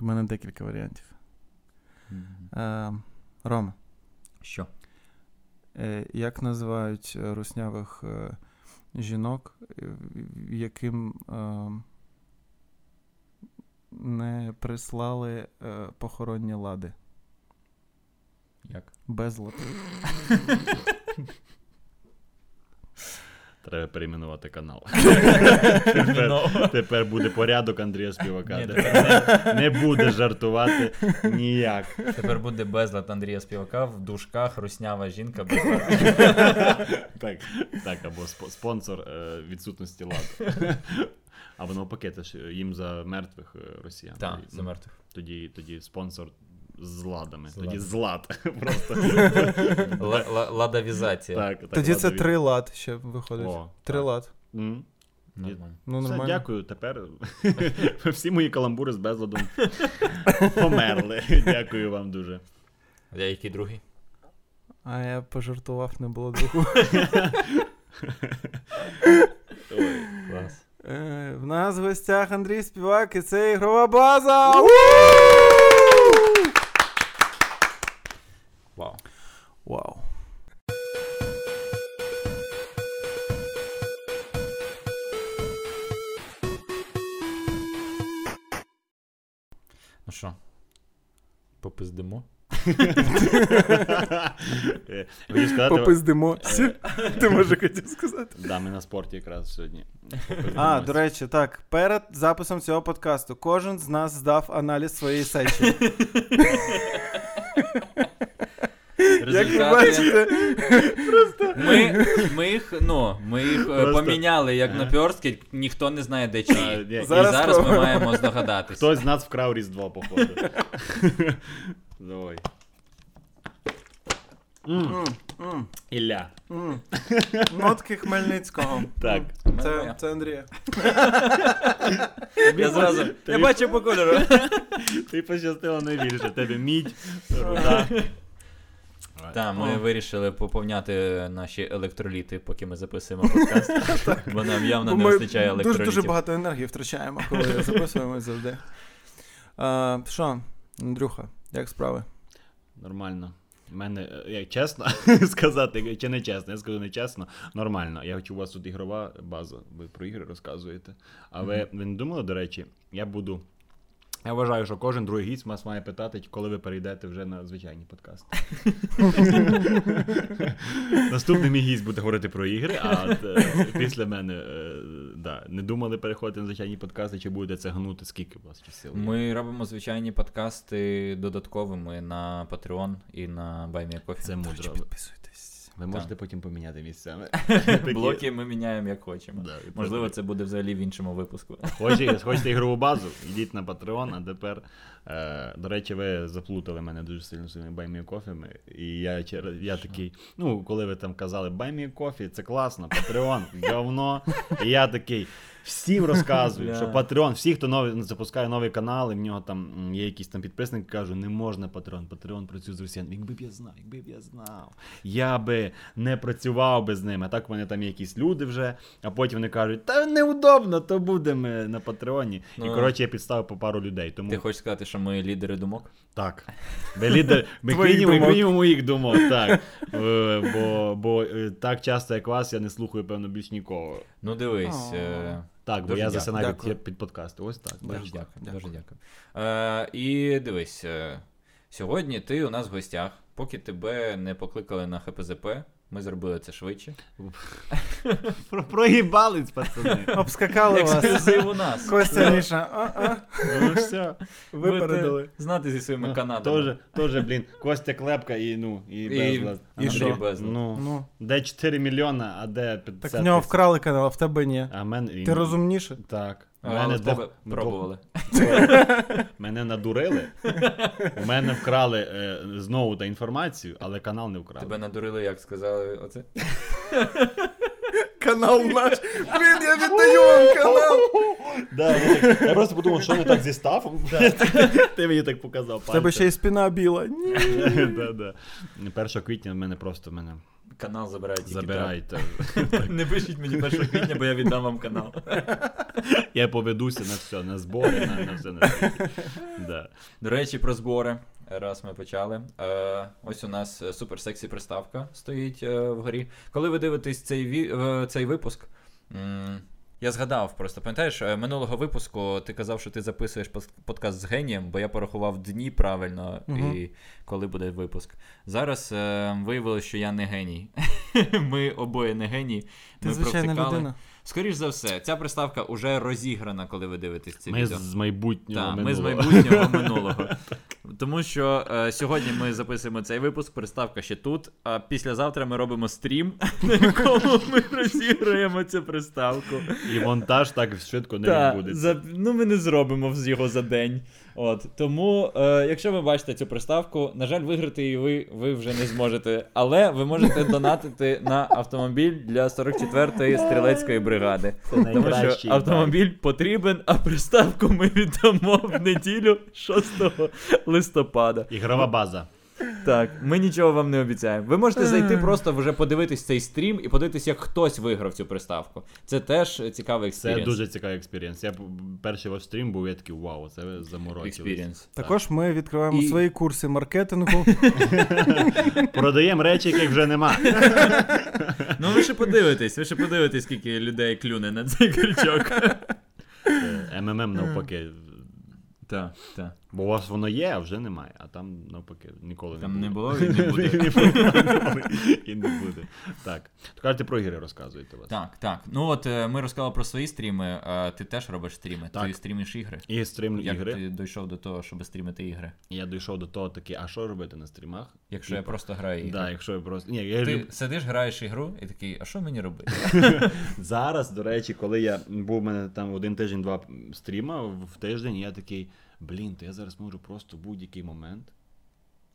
У мене декілька варіантів. Мгм. Е, Рома, Що? е, як називають е, руснявих е, жінок, е, в- яким е, не прислали е, похоронні лади? Як? Безлад. Треба перейменувати канал. Терміново. Тепер, тепер буде порядок Андрія Співака. Ні, де тепер не буде жартувати ніяк. Тепер буде безлад Андрія Співака в дужках руснява жінка безлад. Так, так або спо- спонсор е, відсутності ладу. Або навпаки, це ж е, їм за мертвих е, росіян. Так, Ну, за мертвих. Тоді, тоді спонсор з ладами. З тоді ладами. з лад. Просто Л- л- Ладовізація. так. так, Тоді це ладові. три лад ще виходить. О, три так. лад. М. Нормально. Ну, Все, нормально. дякую. Тепер всі мої каламбури з безладом померли. Дякую вам дуже. А який другий? А я пожартував, не було духу. Ой. Клас. Е, В нас в гостях Андрій Співак і це ігрова база. У! Вау. Вау. Ну що? Попиздимо. Е, Хотів сказати. Попиздимо. Е, Ти може хотів сказати. Да, ми на спорті якраз сьогодні. А, до речі, так, перед записом цього подкасту кожен з нас здав аналіз своєї сечі. Як ви Результати. бачите, Ми, ми їх, ну, ми їх е, Просто- поміняли як наперстки, ніхто не знає, де А, чиї. ні. І Зараз зараз ми спробуємо. маємо здогадатися. Хтось з нас вкрав Різдво, походу. Давай. М, Ілля. нотки Хмельницького. Так. Це, це Андрія. Я зразу. Я Тобі- бачу по кольору. Ти пощастило найбільше. Тебе мідь, руда. Так, ми О. вирішили поповняти наші електроліти, поки ми записуємо подкаст. Бо нам явно не Ну, Ми вистачає дуже дуже електролітів. багато енергії втрачаємо, коли записуємо завжди. А, Що, Андрюха, як справи? Нормально. У мене, е, як чесно сказати, чи не чесно, я скажу не чесно, нормально. Я хочу, у вас тут ігрова база, ви про ігри розказуєте. А ви, ви не думали, до речі, я буду. Я вважаю, що кожен другий гість вас має питати, коли ви перейдете вже на звичайні подкасти. Наступний мій гість буде говорити про ігри, а от, е, після мене е, да, не думали переходити на звичайні подкасти, чи будете це гнути, скільки у вас часів? Ми робимо звичайні подкасти додатковими на Patreon і на BuyMeCoffee. Це мудро. підписуйтесь. Ви можете потім поміняти місцями. Блоки ми міняємо як хочемо. Да, і Можливо, так. це буде взагалі в іншому випуску. Хочете, хочете ігрову базу? Йдіть на Patreon, а тепер. Е, до речі, ви заплутали мене дуже сильно своїми баймікофіми. І я через я такий. Ну, коли ви там казали баймікофі, це класно, Patreon, говно. І я такий. Всім розказую, Бля. що Patreon, всі, хто нові запускає новий канал, і в нього там м, є якісь там підписники, кажу, не можна Patreon, Patreon працює з росіян. Якби б я знав, якби б я знав, я би не працював би з ними. А так в мене там є якісь люди вже, а потім вони кажуть, та неудобно, то будемо на Патреоні. І Ну. коротше я підставив по пару людей. Тому Ти хочеш сказати, що ми лідери думок? так. Ми лідер, ми Твоїх мінімум, думок. мінімум моїх думок, так. Е, Бо, бо е, так часто, як вас, я не слухаю, певно, більш нікого. Ну дивись. О. е, Так, бо Дуже я дякую. засинаю Дякую. під, під подкасти. Ось так. Дуже бачиш. Дуже дякую, дякую. дуже дякую. Е, і дивись, е, сьогодні ти у нас в гостях. Поки тебе не покликали на ХПЗП, ми зробили це швидше. Про, проїбались, пацани. Обскакали вас. Ексклюзив у нас. Костя Міша. а, а. Ну все, Випередили. Будете Знати зі своїми канадами. Тоже, тоже, блін, Костя Клепка і ну, і, І- безлад. і що? Андрій Безлад. Ну, Ну, де 4 мільйона, а де 50 так в нього вкрали канал, а в тебе ні. А мен... Ти розумніше? Так. А, У мене але двох- тебе двох- пробували. Мене надурили. У мене вкрали е, знову та інформацію, але канал не вкрали. Тебе надурили, як сказали оце. Канал наш. Блін, я віддаю вам канал. Да, я, так- я просто подумав, що не так зі стафом. Ти мені так показав. В тебе ще й спина біла. Ні. пальцем. Да, да. 1 квітня в мене просто в мене Канал забирають тільки Забирайте. так. Не пишіть мені 1 квітня, бо я віддам вам канал. Я поведуся на все, на збори, на, на все на все. Да. До речі, про збори. Раз ми почали. Е, ось у нас е, суперсексі приставка стоїть е, вгорі. Коли ви дивитесь цей, ві... е, цей випуск. м, Я згадав просто, пам'ятаєш, е, минулого випуску ти казав, що ти записуєш пос- подкаст з генієм, бо я порахував дні правильно Мгм. і коли буде випуск. Зараз е, виявилося, що я не геній. Ми обоє не генії. Ти ми звичайна провтикали. людина. Скоріш за все, ця приставка уже розіграна, коли ви дивитесь це Ми відео. з майбутнього. Так, ми з минулого. майбутнього минулого. Тому що е, сьогодні ми записуємо цей випуск, приставка ще тут, а післязавтра ми робимо стрім, на якому ми розіграємо цю приставку. І монтаж так швидко не Та, відбудеться. за, ну ми не зробимо вз- його за день. От. Тому, е, якщо ви бачите цю приставку, на жаль, виграти її ви, ви вже не зможете. Але ви можете донатити на автомобіль для 44-ї стрілецької бригади. Тому що найкращий автомобіль потрібен, а приставку ми віддамо в неділю 6 листопада. Ігрова база. Так, ми нічого вам не обіцяємо. Ви можете зайти просто вже подивитись цей стрім і подивитись, як хтось виграв цю приставку. Це теж цікавий Це експірієнс. дуже цікавий експірієнс. Я п- перший ваш стрім був, я такий вау, це ви заморочились. Експірієнс. Також ми відкриваємо І- свої курси маркетингу. Продаємо речі, яких вже нема. Ну ви ще подивитесь, ви ще подивитесь, скільки людей клюне на цей крючок. Е, МММ навпаки. Так, так. Бо у вас воно є, а вже немає. А там навпаки ніколи Там не не було. було і не буде. І не буде. Так. То кажете про ігри розказуєте вас. Так, так. Ну от е, ми розказали про свої стріми. а Ти теж робиш стріми. Так. Ти стрімиш ігри. І стрімлю Як ігри. ти дійшов до того, щоб стрімити ігри? Я дійшов до того такий, а що робити на стрімах? Якщо І- я просто граю ігри. Да, якщо я просто. Ні, я Ти люблю- сидиш, граєш ігру і такий, а що мені робити? Зараз, до речі, коли я був у мене там один тиждень-два стріма в тиждень, я такий, блін, то я зараз можу просто в будь-який момент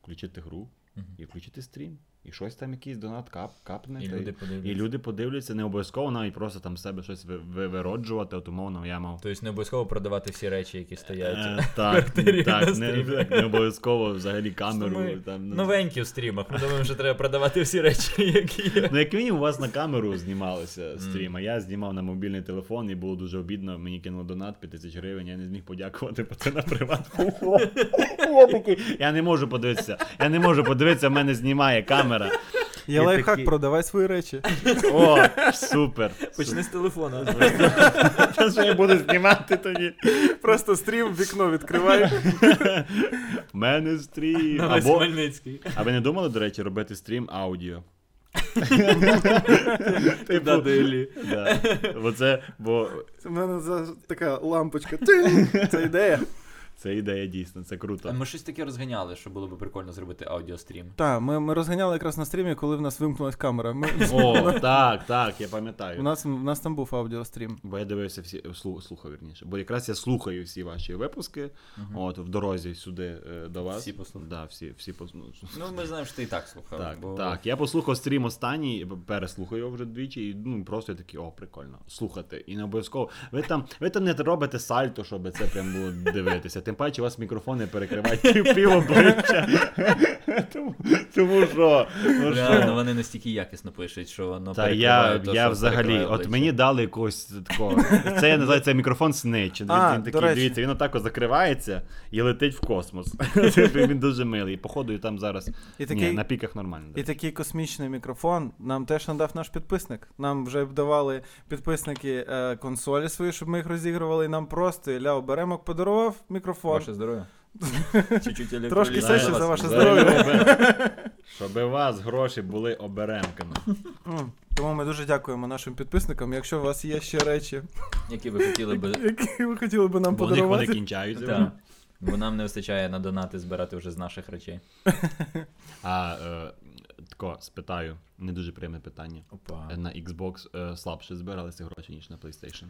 включити гру Мгм. і включити стрім. І щось там якийсь донат кап, капне. І та люди й- подивляться. і люди подивляться, не обов'язково навіть просто там себе щось ви- ви- вироджувати, от умовно я мав. Тобто не обов'язково продавати всі речі, які стоять. Е, так, квартирі на так, не, стрімі. так, не обов'язково взагалі Ми камеру. Там, ну, Новенькі в стрімах. Ми думаємо, що треба продавати всі речі, які є. Ну, як мінімум, у вас на камеру знімалися стрім, а я знімав на мобільний телефон, і було дуже обідно. Мені кинули донат 5 тисяч гривень, я не зміг подякувати, бо це на приват. Я такий, Я не можу подивитися. Я не можу подивитися, в мене знімає камера. Я І лайфхак, такі- продавай свої речі. О, супер. Почни з телефону. Та що я буду знімати тоді? Просто стрім, вікно відкривай. В мене стрім. На весь Ну, Або, Хмельницький. а ви не думали, до речі, робити стрім аудіо? Типу, Типу, Куди до Іллі. Да. Бо це, бо У мене за- така лампочка. Це ідея. це ідея дійсно, це круто. Ми щось таке розганяли, що було б прикольно зробити аудіострім. Так, ми, ми розганяли якраз на стрімі, коли в нас вимкнулась камера. Ми, О, так, так, я пам'ятаю. у, нас, у нас там був аудіострім. Бо я дивився всі слу- слухав вірніше. Бо якраз я слухаю всі ваші випуски. От в дорозі сюди е, до вас. Всі послухав. Да, всі, всі послухав. Ну, ми знаємо, що ти і так слухав. Так, бо- так. Я послухав стрім останній, переслухав його вже двічі, і ну просто я такий, о, прикольно, слухати. І не обов'язково. Ви там, ви там не робите сальто, щоб це прям було дивитися. Тим паче, у вас мікрофони перекривають пів- пів обличчя. Тому, тому що, ну Реально, що. вони настільки якісно пишуть, що воно Та перекриває я, те, я що взагалі, перекриває от обличчя. мені дали якогось такого. Це я називаю це мікрофон снич. Він, А, він до такий, речі. дивіться, він отак от закривається і летить в космос. Це він дуже милий. І, Походу, і там зараз І Ні, такий- на піках нормально. І такий космічний мікрофон нам теж надав наш підписник. Нам вже б давали підписники е, консолі свої, щоб ми їх розігрували. І нам просто Ілля Оберемок подарував мікрофон. Ваше здоров'я. Чуть-чуть Трошки електролізу. сечі за ваше Зараз, Щоб у вас гроші були оберемками. М, Ну, Тому ми дуже дякуємо нашим підписникам. Якщо у вас є ще речі, які ви хотіли би. які ви хотіли би нам Бо у них вони подарувати. кінчаються. Та. Бо нам не вистачає на донати збирати вже з наших речей. А е, тако спитаю, не дуже приємне питання. Опа. Е, На Xbox е, слабше збиралися гроші, ніж на PlayStation.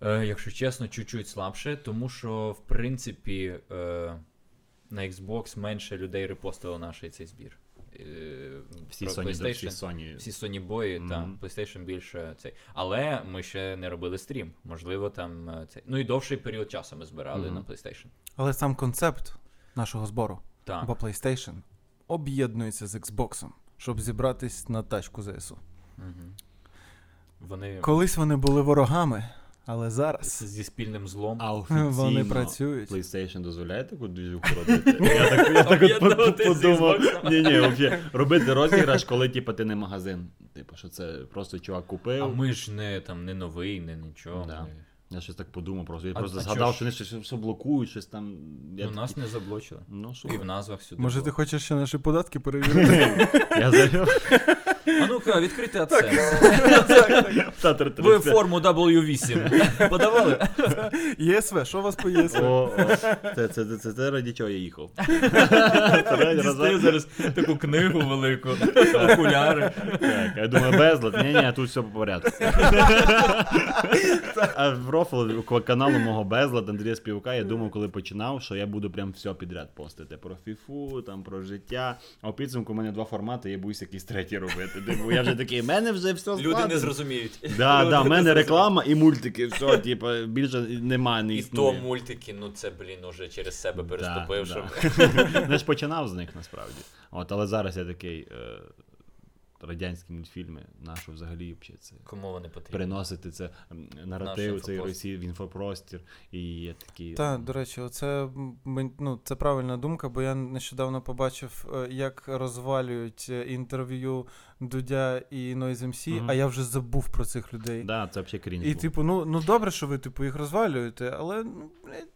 Е, якщо чесно, чуть-чуть слабше, тому що в принципі е, на Xbox менше людей репостило наш цей збір. Е, Всі про Sony, всі PlayStation. Sony. Всі Sony бої, Мгм. та PlayStation більше цей. Але ми ще не робили стрім. Можливо, там е, цей. Ну і довший період часу ми збирали Мгм. на PlayStation. Але сам концепт нашого збору, Так. бо PlayStation об'єднується з Xbox. щоб зібратись на тачку ЗСУ. Мгм. Вони Колись вони були ворогами, але зараз зі спільним злом. А вони офіційно працюють. PlayStation дозволяє таку двіжуху робити? Я так, я так от Об'єднувати под- з подумав. Xbox. Ні, ні, взагалі, робити розіграш, коли типу, ти не магазин. Типу, що це просто чувак А купив. ми ж не там не новий, не нічого. е, Да. Ми- Я щось так подумав просто. Я А- просто а згадав, чого ж? що вони щось все блокують, щось там. Я Ну, такий, нас не заблочили. Ну, І слухай. в назвах сюди. Може, ти було. хочеш ще наші податки перевірити? Я за- А ну-ка, відкрити АЦЕ. Татар Ви 30. форму W8 подавали? ЄСВ, що у вас по ЄСВ? О, о, це, це, це, це, це раді чого я їхав. Дістаю зараз таку книгу велику, окуляри. Так, я думаю, безлад. Ні, ні, тут все по порядку. а в рофл к- каналу мого безлад Андрія Співака, я думав, коли починав, що я буду прям все підряд постити. Про фіфу, там про життя. А у підсумку у мене два формати, я боюсь якийсь третій робити. Типу, я вже такий, в мене вже все Люди не складно». зрозуміють. Да, Люди да, в не мене зрозуміють. реклама і мультики, все, типу, більше немає, не І то існує. мультики, ну це, блін, уже через себе Да, переступив, щоб да. Не ж починав з них насправді. От, але зараз я такий. Е... Радянські мультфільми, нашу взагалі взагалі це кому вони потрібні. переносити це м, Наш наратив, інфопростір. цей Росії в інфопростір. І я такий. Так, до речі, оце м, мен- ну, це правильна думка, бо я нещодавно побачив, е, як розвалюють е, інтерв'ю Дудя і Noise MC, Мгм. а я вже забув про цих людей. Да, це взагалі крінж. І був. типу, ну, ну добре, що ви типу їх розвалюєте, але ну, блядь,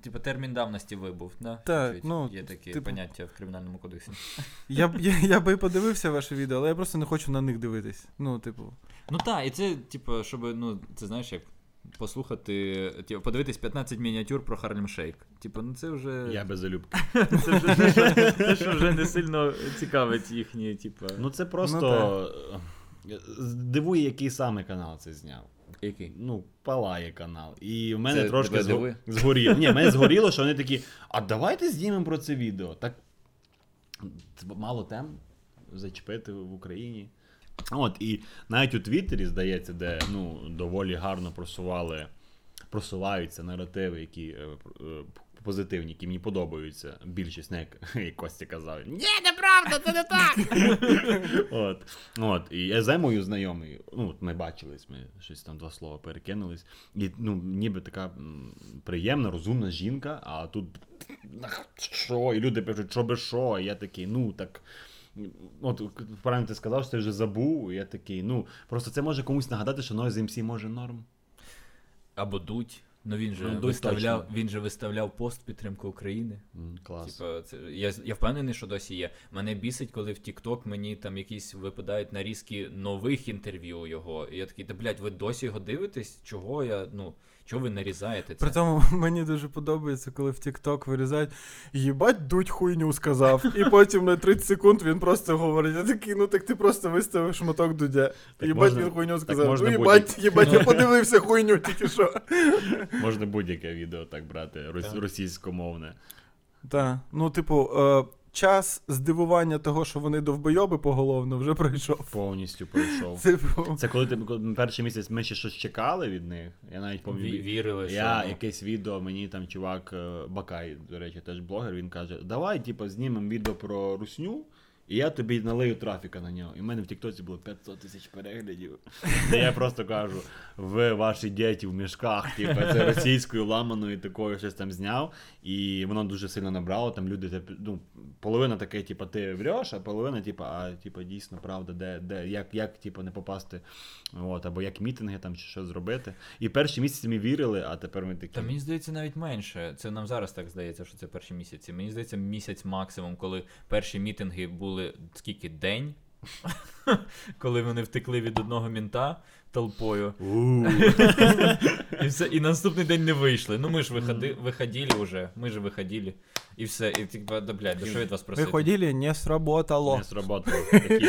Типу термін давності вибув, да? Так, Чуть-чуть. ну, є такі типу- поняття в кримінальному кодексі. я б я, я би і подивився ваше відео, але я просто не хочу на них дивитись. Ну, типу, Ну так, і це, типу, щоб, ну, ти знаєш, як послухати, типу, подивитись 15 мініатюр про Харлем Шейк. Типу, ну це вже. Я без залюбки. Це вже, те, що, те, що вже не сильно цікавить їхні, типу. Ну це просто. е, Дивує, який саме канал це зняв. який? Ну, палає канал. І в мене Це трошки тебе зго- дивує? згоріло. Ні, мене згоріло, що вони такі. А давайте знімемо про це відео. Так т- мало тем зачепити в Україні. От, і навіть у Твіттері, здається, де ну, доволі гарно просували, просуваються наративи, які е, пр- е, позитивні, які мені подобаються. Більшість, не як, як Костя казав. Ні, неправда, це не так. От, Ну, от, і я з Емою знайомий, ну, от ми бачились, ми щось там два слова перекинулись. І ну, ніби така м, приємна, розумна жінка, а тут «Ах, що? І люди пишуть, що би що? І я такий, ну так. От правильно ти сказав, що ти вже забув. і Я такий, ну просто це може комусь нагадати, що Noise MC може норм. Або Дудь. Ну він же Ну, Дудь виставляв, точно. він же виставляв пост підтримки України. М, Клас. Типа, це я, я впевнений, що досі є. Мене бісить, коли в TikTok мені там якісь випадають нарізки нових інтерв'ю його. І я такий, та блядь, ви досі його дивитесь? Чого я, ну, чого ви нарізаєте це? при тому мені дуже подобається, коли в TikTok вирізають їбать дудь хуйню сказав. І потім на 30 секунд він просто говорить: я такий, ну так ти просто виставив шматок дудя. Так їбать можна- він хуйню так сказав. можна Ну, їбать, їбать, я подивився хуйню тільки що. Можна будь-яке відео так брати, рос- російськомовне. Так. Ну, типу, е, час здивування того, що вони довбойоби поголовно, вже пройшов. Повністю пройшов. Типу, Це коли ти коли перший місяць ми ще щось чекали від них. Я навіть Типу, Ві- пам'ятаю. Вірили, що Я ну, якесь відео, мені там чувак е, Бакай, до речі, теж блогер, він каже: Давай, типу, знімемо відео про русню, і я тобі налию трафіка на нього. І в мене в Тіктоці було 500 тисяч переглядів. Де я просто кажу: ви ваші діти в мішках, типу, це російською ламаною такою щось там зняв. І воно дуже сильно набрало. Там люди типу, ну, половина таке, типу, ти врєш, а половина, типу, а типу, дійсно правда, де, де як, як типу, не попасти, от, або як мітинги там чи що зробити. І перші місяці ми вірили, а тепер ми такі. Та мені здається, навіть менше. Це нам зараз так здається, що це перші місяці. Мені здається, місяць максимум, коли перші мітинги були скільки день, коли вони втекли від одного мінта толпою, «У, і все, і на наступний день не вийшли. Ну ми ж виходи, виходили вже, ми ж виходили. І все, і типа, да блядь, да що від вас просити? виходили, не сработало. Не сработало. Такі,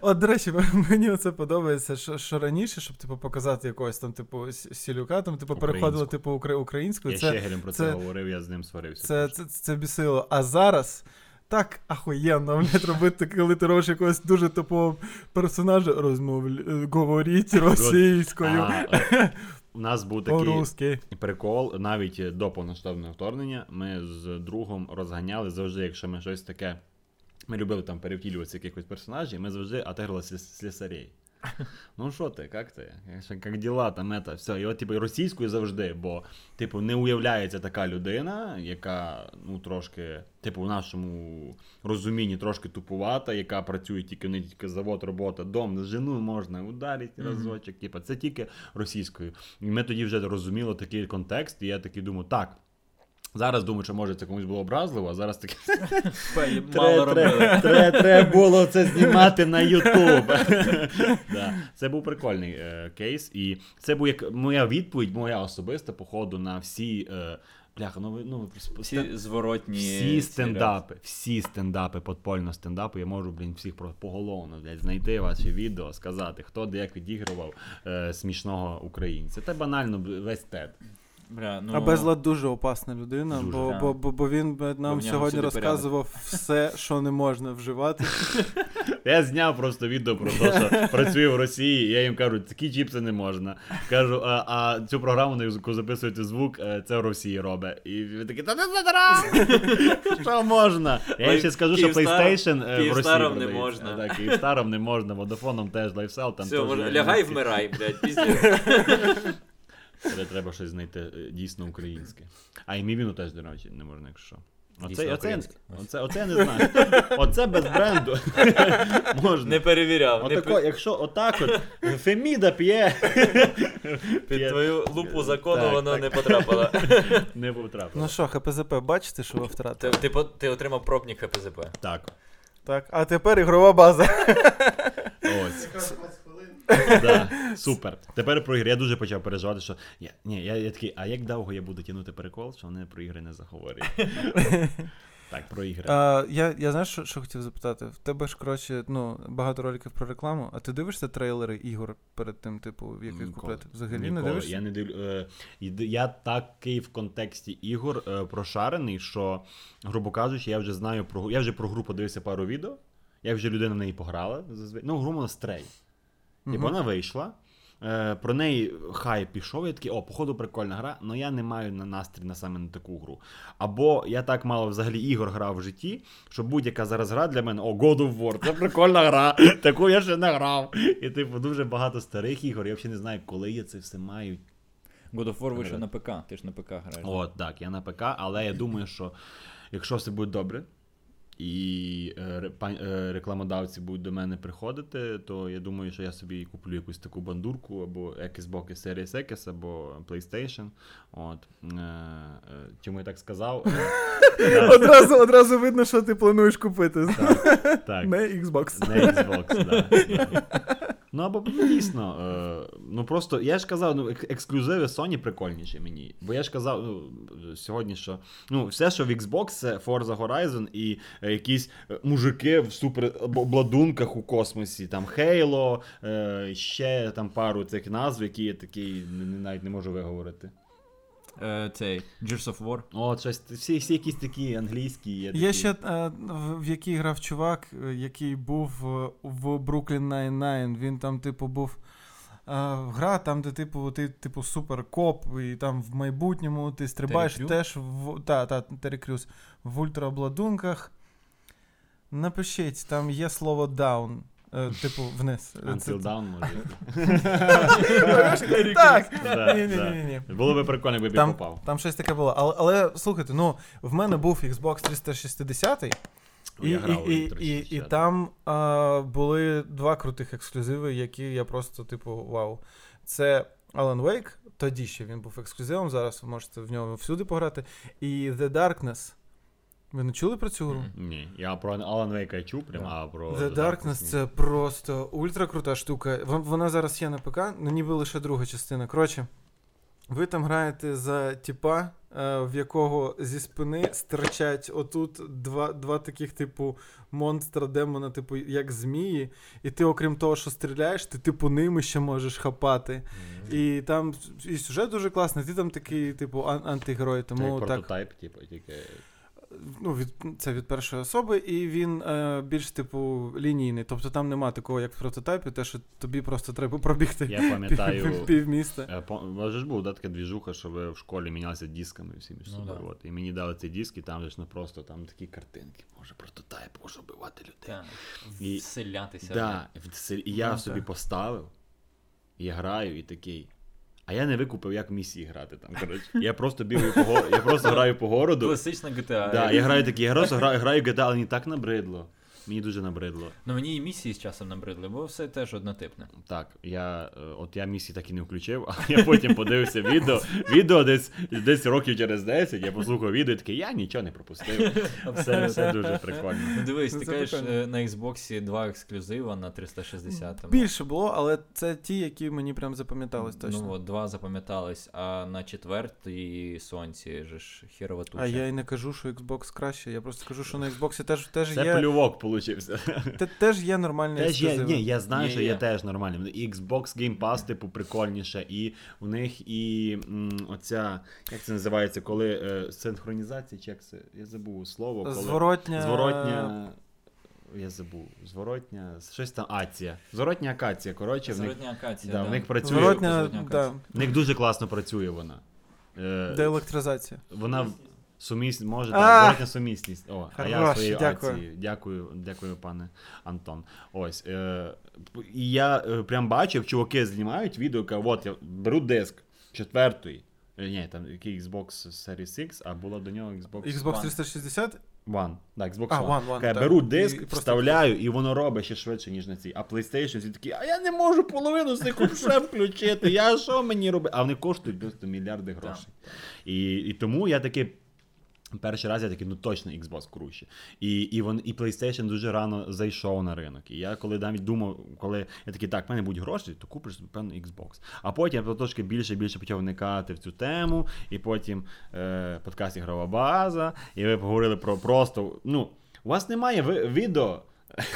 От, до речі, мені це подобається, що, що раніше, щоб типу, показати якогось там, типу, с- сілюка, там, типу, переходило Українську. типу, укра- українською. Я Це, ще Гелем про це, це- говорив, я з ним сварився. це, трошки. це, це бісило. А зараз. Так ахуєнно, блядь, робити, коли ти робиш якогось дуже топового персонажа, розмовлі... говоріть російською, А, е, у нас був такий по-русски. прикол, навіть е, до повноштовного вторгнення ми з другом розганяли завжди, якщо ми щось таке Ми любили там перевтілюватися в якихось персонажів, ми завжди отиграли слісарей. Ну що ти, як ти? Як ще- Як діла там это, все. І от, типу, російською завжди, бо, типу, не уявляється така людина, яка, ну, трошки, типу, в нашому розумінні трошки тупувата, яка працює тільки не тільки завод, робота, дом, жену можна ударити Мгм. разочок. Типу, це тільки російською. І ми тоді вже розуміли такий контекст, і я такий думаю, так. Зараз думаю, що може це комусь було образливо, а зараз таке Пелі мало Треба робили. було це знімати на Ютуб. Да. Це був прикольний е, кейс, і це був як моя відповідь, моя особиста, походу, на всі. е, Бляха, ну ви ну ви просто- Всі зворотні. всі ці стендапи, всі стендапи, подпольно стендапи. Я можу, блін, всіх про- поголовно блядь, знайти ваші відео, сказати, хто де як відігрував е, смішного українця. Та банально б- весь тед. речі. Бля, ну, А Безлад дуже опасна людина, Дуже, бо, да. бо, бо, бо він би нього нам сьогодні всюди розказував все, що не можна вживати. Я зняв просто відео про те, що працюю в Росії, і я їм кажу, такі чіпси не можна. Кажу, а, а цю програму, на яку записуєте звук, е, це в Росії робить. І він такий, та не задрав! Що можна? Я їм ще скажу, що Київстар- PlayStation е, в Росії. Київстаром не продається. можна. Так, Київстаром не можна, водофоном теж лайфсел, там Все, теж може, є лягай німці. вмирай, блядь, пізніше. Але треба щось знайти е, дійсно українське. А і мівіну теж, до речі, не можна, якщо. що. Оце, Дійсно оце, українське. оце, оце я не знаю. Оце без бренду можна. Не перевіряв. Не Отако, під, якщо отак от Феміда п'є, під п'є, твою лупу закону Так, воно так. не потрапило. не потрапило. Ну що, ХПЗП, бачите, що ви Ти, втратили? ти, по- ти отримав пробник ХПЗП. Так. Так, а тепер ігрова база. Ось. Да, супер. Тепер про ігри. Я дуже почав переживати, що я, ні, я, я такий, а як довго я буду тягнути перекол, що вони про ігри не заговорюють. Так, про ігри. А, я, я знаєш, що, що хотів запитати? В тебе ж коротше, ну, багато роликів про рекламу, а ти дивишся трейлери ігор перед тим, типу, в яких Ніколи. купляти? Взагалі Ніколи. не дивишся? Я не дивлю. е, йди- Я такий в контексті ігор е, прошарений, що, грубо кажучи, я вже знаю про я вже про гру подивився пару відео. Я вже людина в неї пограла. зазвичай. Ну, гру на стрей. Мгм. Типу вона вийшла. е, Про неї хай пішов, я такий, о, походу, прикольна гра, але я не маю на настрій на саме на таку гру. Або я так мало взагалі ігор грав в житті, що будь-яка зараз гра для мене, о, God of War, це прикольна гра, таку я ще не грав. І типу дуже багато старих ігор, я взагалі не знаю, коли я це все маю. God of War вийшов на ПК, ти ж на ПК граєш. От так, я на ПК, але я думаю, що якщо все буде добре. І е, ре- пан- е, рекламодавці будуть до мене приходити, то я думаю, що я собі куплю якусь таку бандурку або Xbox Series X, або PlayStation. От. Е, е, чому я так сказав? Одразу, одразу видно, що ти плануєш купити. Е, Так. Не Xbox. Не Xbox, да. Ну або ну, дійсно, е, ну просто я ж казав, ну ек- ексклюзиви Sony прикольніші мені. Бо я ж казав ну, сьогодні, що ну все, що в Xbox, це Forza Horizon і е, якісь е, мужики в супер об- обладунках у космосі, там Halo, е, ще там пару цих назв, які я такий не- не- навіть не можу виговорити. Е, цей Gears of War. О, щось всі, всі якісь такі англійські. Я Є такий, ще е, в- в якій грав чувак, е, який був е, в Brooklyn Nine-Nine. Він там, типу, був е, гра, там, де, типу, ти, типу, суперкоп, і там в майбутньому ти стрибаєш Террі Крю? теж в. Та, та, Террі Крюс. в ультраобладунках. Напишіть, там є слово down. е, Типу, вниз. Е, це- Until Dawn, може. Так! Да, Ні-ні-ні. ні Було би прикольно, якби він там, попав. там щось таке було. Але, але слухайте, ну в мене був Xbox 360 і, і, Я грав у і, Віктора і, і 60. там а, були два крутих ексклюзиви, які я просто, типу, вау. Це Alan Wake, тоді ще він був ексклюзивом, зараз ви можете в нього всюди пограти. І The Darkness. Ви не чули про цю гру? Мгм. Ні, я про Алан Вейка чув, прям, Да. а про. The Darkness це просто ультра крута штука. Вон- Вона зараз є на ПК, ну ніби лише друга частина. Коротше, ви там граєте за тіпа, е, в якого зі спини стирчать отут два, два таких, типу, монстра, демона, типу, як змії. І ти, окрім того, що стріляєш, ти типу ними ще можеш хапати. І там і сюжет дуже класний, ти там такий, типу, ан- антигерой. Тому Тому як так. прототайп, типу, тільки. ну, від, це від першої особи, і він е, більш типу лінійний. Тобто там нема такого, як в прототипі, те, що тобі просто треба пробігти Я пам'ятаю. пів, пів міста. Е, по- У вас же ж була да, така двіжуха, що ви в школі мінялися дисками всі між Ну, собою. да. от. І мені дали ці диски, там же ж ну просто там такі картинки. Може прототайп, може вбивати людей. Так. І- Вселятися. Да, в це- і я Ну, собі так. поставив, я граю і такий. А я не викупив, як місії грати там. Коротше. Я просто бігаю по городу, я просто граю по городу. Класична GTA. Да, я е, граю такі, я просто граю, граю GTA, але мені так набридло. Мені дуже набридло. Ну мені і місії з часом набридли, бо все теж однотипне. Так, я е, от я місії так і не включив, а я потім подивився відео. Відео десь десь років через 10, я послухав відео і такий, я нічого не пропустив. Все, все дуже прикольно. Ну дивись, Ну, ти це кажеш прикольно. е, на Xbox два ексклюзива на 360. Більше було, але це ті, які мені прям запам'ятались точно. Ну от два запам'ятались, а на четвертій сонці же ж хірова туча. а я і не кажу, що Xbox краще. Я просто кажу, що на Xbox теж, теж Це є. плювок получився. Те, теж є нормальні Теж є, ексклюзиви. ні, я знаю, Є, що є. є теж нормально. І Xbox Game Pass, типу, прикольніше, і у них і м, оця, як це називається, коли е, синхронізація, чи як це? Я забув слово, коли Зворотня. зворотня. Я забув. Зворотня. Щось там акація. Зворотня акація. Коротше, в них, Зворотня акація. да, в них працює. Зворотня, Зворотня да, акація. В них дуже класно працює вона. Е, деелектризація. вона в- суміс... може А! так, зворотня сумісність. О, а я Хорош, своєю дякую. акцією. Дякую, дякую, пане Антон. Ось. Е... п- І я е, прям бачив, чуваки знімають відео, кажуть, от я беру диск четвертий. Е, Ні, там який Xbox Series X, а була до нього Xbox Xbox One. 360 One. Да, Xbox А, One. One, One, Я так. беру І диск, просто- вставляю, і воно робить ще швидше, ніж на цій. А PlayStation всі такі, а я не можу половину з них вже включити. Я що мені робити? А вони коштують просто мільярди грошей. І, і тому я такий. Перший раз я такий, ну точно Xbox круче. І, і, вон, і PlayStation дуже рано зайшов на ринок. І я коли навіть думав, коли я такий, так, в мене будуть гроші, то купиш, певно, Xbox. А потім я трошки більше і більше почав вникати в цю тему, і потім е, подкаст ігрова база, і ви поговорили про просто. Ну, у вас немає ви, відео.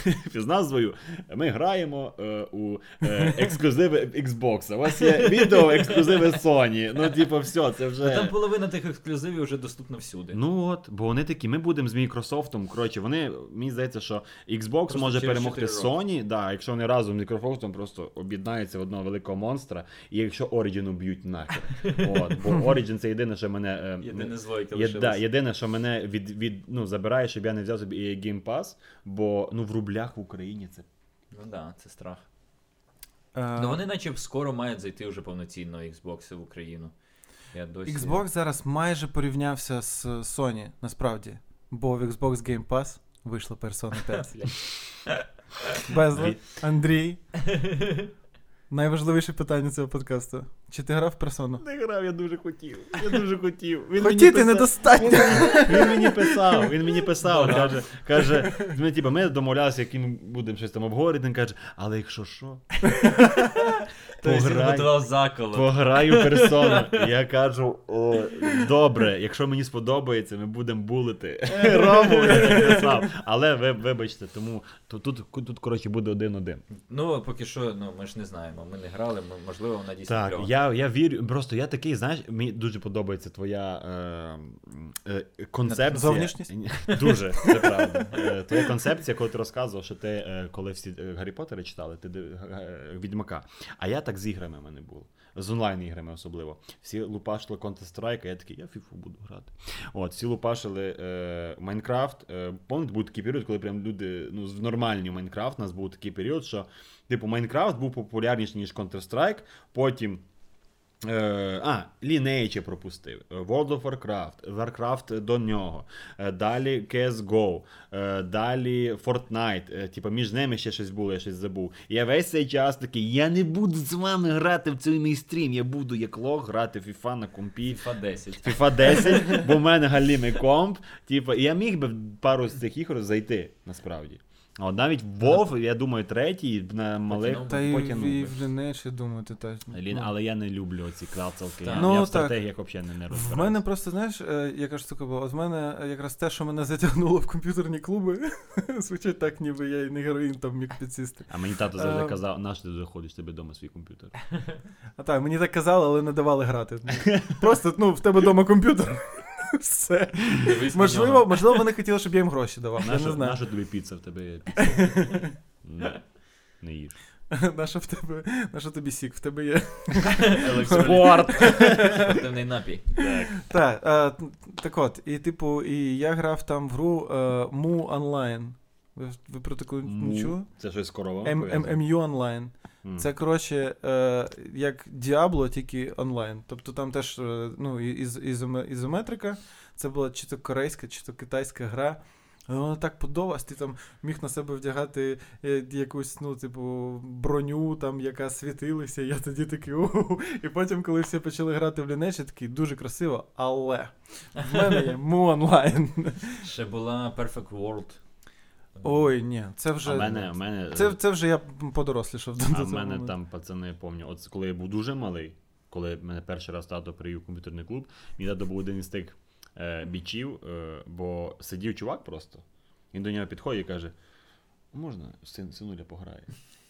З назвою ми граємо е, у е, ексклюзиви Xbox. У вас є відео ексклюзиви Sony. Ну, типу, все, це вже. Та Там половина тих ексклюзивів вже доступна всюди. Ну от, бо вони такі, ми будемо з Мікрософтом. Коротше, вони, мені здається, що Xbox Просто може через перемогти чотири Sony, да, якщо вони разом з Мікрософтом просто об'єднаються в одного великого монстра, і якщо Origin уб'ють нахер. От, бо Origin це єдине, що мене. е, Єдине зло, яке Є, лишилось. да, єдине, що мене від, від, ну, забирає, щоб я не взяв собі і Game Pass, бо ну, в рублях в Україні це. Ну да, це страх. Е, Ну вони наче скоро мають зайти вже повноцінно Xbox в Україну. Я досі... Xbox зараз майже порівнявся з Sony, насправді. Бо в Xbox Game Pass вийшла Persona 5. Безла, Андрій. Найважливіше питання цього подкасту. Чи ти грав в персону? Не грав, я дуже хотів. Я дуже хотів. Він мені Хотіти писав- недостатньо. Він мені писав, він мені писав, каже, каже, ми, типу, ми домовлялися, яким будемо щось там обговорити, він каже, але якщо що, Тобто він пограй, готував заколот. пограю персону. Я кажу, о, добре, якщо мені сподобається, ми будемо булити. Е, Рому я так писав. Але ви, вибачте, тому то тут, тут, коротше, буде один-один. Ну, поки що, ну ми ж не знаємо. Ми не грали, ми, можливо, вона дійсно Так, кльова. я, я вірю, просто я такий, знаєш, мені дуже подобається твоя е, е, концепція. Зовнішність? Ні, Дуже, це правда. Е, твоя концепція, коли ти розказував, що ти, е, коли всі е, Гаррі Поттери читали, ти див- га- е, відьмака. А я так з іграми в мене було. З онлайн-іграми особливо. Всі лупашили Counter-Strike, а я такий, я фіфу буду грати. От, всі лупашили е, Майнкрафт. Е, Пам'ятаєте, був такий період, коли прям люди, ну, з- в нормальні Майнкрафт, у нас був такий період, що, типу, Майнкрафт був популярніший, ніж Counter-Strike, потім. Е, а, Lineage я пропустив. е, World of Warcraft, Warcraft до нього. е, Далі CSGO, е, далі Fortnite. е, Типа між ними ще щось було, я щось забув. І Я весь цей час такий, я не буду з вами грати в цей мій стрім, я буду як лох грати в FIFA на компі. FIFA 10. FIFA 10, бо в мене галімий комп. Типа, і я міг би в пару з цих ігор зайти, насправді. А от навіть WoW, я думаю, третій на малих Потягнув Та і, потягнув би. і в Lineage, я думаю, ти теж. Лін, але я не люблю ці клацалки. Ну. Я, Так. Ну, я так. в стратегіях взагалі не, не розбираюся. В мене просто, знаєш, е, яка ж штука була? От в мене е, якраз те, що мене затягнуло в комп'ютерні клуби, звучить так, ніби я і не героїн там міг підсісти. А мені тато завжди Е, казав, наш ти заходиш тебе вдома свій комп'ютер. А так, мені так казали, але не давали грати. Просто, ну, в тебе вдома комп'ютер. Все. Дивись на Можливо, нього. можливо, вони хотіли, щоб я їм гроші давав. Я не Наша, знаю. наша тобі піца в тебе є піца. Не, не їж. Наша в тебе, наша тобі сік, в тебе є. Спорт! спортивний напій. Так, е, так от, і типу, і я грав там в гру е, Му онлайн. Ви, ви про таку не чули? Це щось з Ем, коровами пов'язано? ММЮ онлайн. М. Це коротше е, як Діабло, тільки онлайн. Тобто там теж е, ну, і- із, ізоме- ізометрика. Це була чи то корейська, чи то китайська гра. Але вона так подобалась, ти там міг на себе вдягати е, якусь, ну, типу, броню, там, яка світилася, і я тоді такий у І потім, коли всі почали грати в лінеч, я такий дуже красиво, але в мене є му онлайн. Ще була Perfect World. Ой, ні, це вже. А в мене, в мене, е, Це, це вже я подорослішав. до а цього в мене моменту. там пацани, я пам'ятаю, от коли я був дуже малий, коли мене перший раз тато привів в комп'ютерний клуб, мій тато був один із тих е, бічів, е, бо сидів чувак просто, він до нього підходить і каже: можна, син, синуля пограє.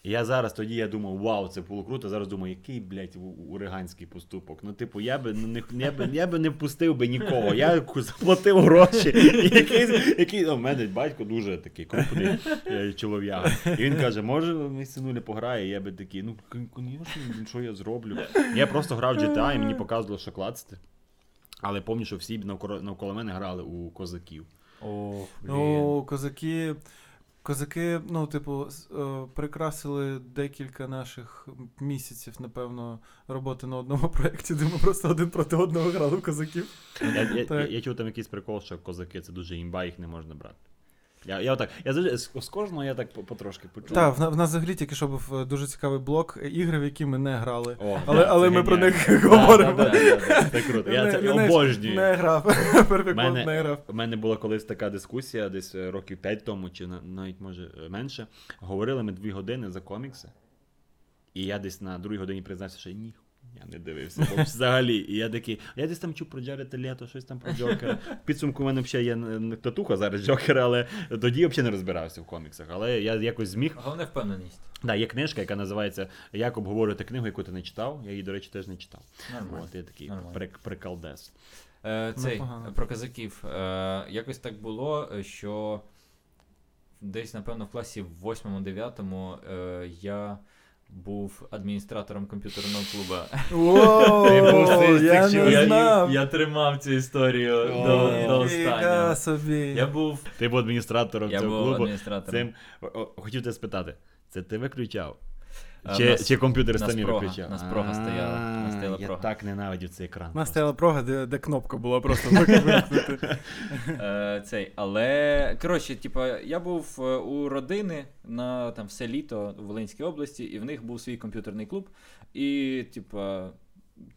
І я зараз тоді я думав, вау, це було круто. Зараз думаю, який, блядь, у- у- уриганський поступок. Ну, типу, я би не, я би, я би не впустив би нікого. Я ку- заплатив гроші. І Який, який, ну, в мене батько дуже такий крупний е, чолов'яга. І він каже, може, мій синуля пограє. І я би такий, ну, звісно, що я зроблю. Я просто грав в GTA і мені показувало, що клацати. Але пам'ятаю, що всі навколо, навколо мене грали у козаків. О, Ну, козаки. Козаки, ну, типу, з- е, прикрасили декілька наших місяців, напевно, роботи на одному проєкті, де ми просто один проти одного грали в козаків. Я, я, я, Так. я чув там якийсь прикол, що козаки це дуже імба, їх не можна брати. Я, я отак, я завжди з, з кожного я так по- потрошки почув. Так, в, на- в нас взагалі тільки що був е, дуже цікавий блок е, ігри, в які ми не грали. О, Але, да, але це ми про геніально. них да, говоримо. да, да, да, да. Це круто. Не- Я це не- Не обожнюю. грав. У Перфект мене, не грав. в мене була колись така дискусія, десь е, років 5 тому, чи на- навіть може е, менше. Говорили ми дві години за комікси. І я десь на другій годині признався, що ні. Я не дивився бо взагалі. І я такий, я десь там чув про Джарета Лето, щось там про Джокера. В підсумку в мене взагалі є н- н- татуха зараз Джокера, але тоді взагалі не розбирався в коміксах. Але я якось зміг. Головне впевненість. Да, є книжка, яка називається Як обговорювати книгу, яку ти не читав. Я її, до речі, теж не читав. Нормально. От я такий Нормально. прик- приколдес. Е, цей, Непогано. про казаків. Е, якось так було, е, що десь, напевно, в класі в 8-9 е, я був адміністратором комп'ютерного клубу. Типу, Воу, я не знав. я тримав цю історію О. до, Ніфіга до останнього. Я собі. був, Ти був адміністратором я цього був клубу. адміністратором. Цим о, о, хотів тебе спитати, це ти виключав? А, Чи, Е, нас- чи комп'ютер нас самі прога, виключав? нас прога стояла, нас А, стояла Я прога. так ненавидів цей екран. У нас просто. стояла прога, де, де кнопка була просто викрутити. Е, цей, але коротше, типа, я був е, у родини на там все літо в Волинській області, і в них був свій комп'ютерний клуб. І, типа,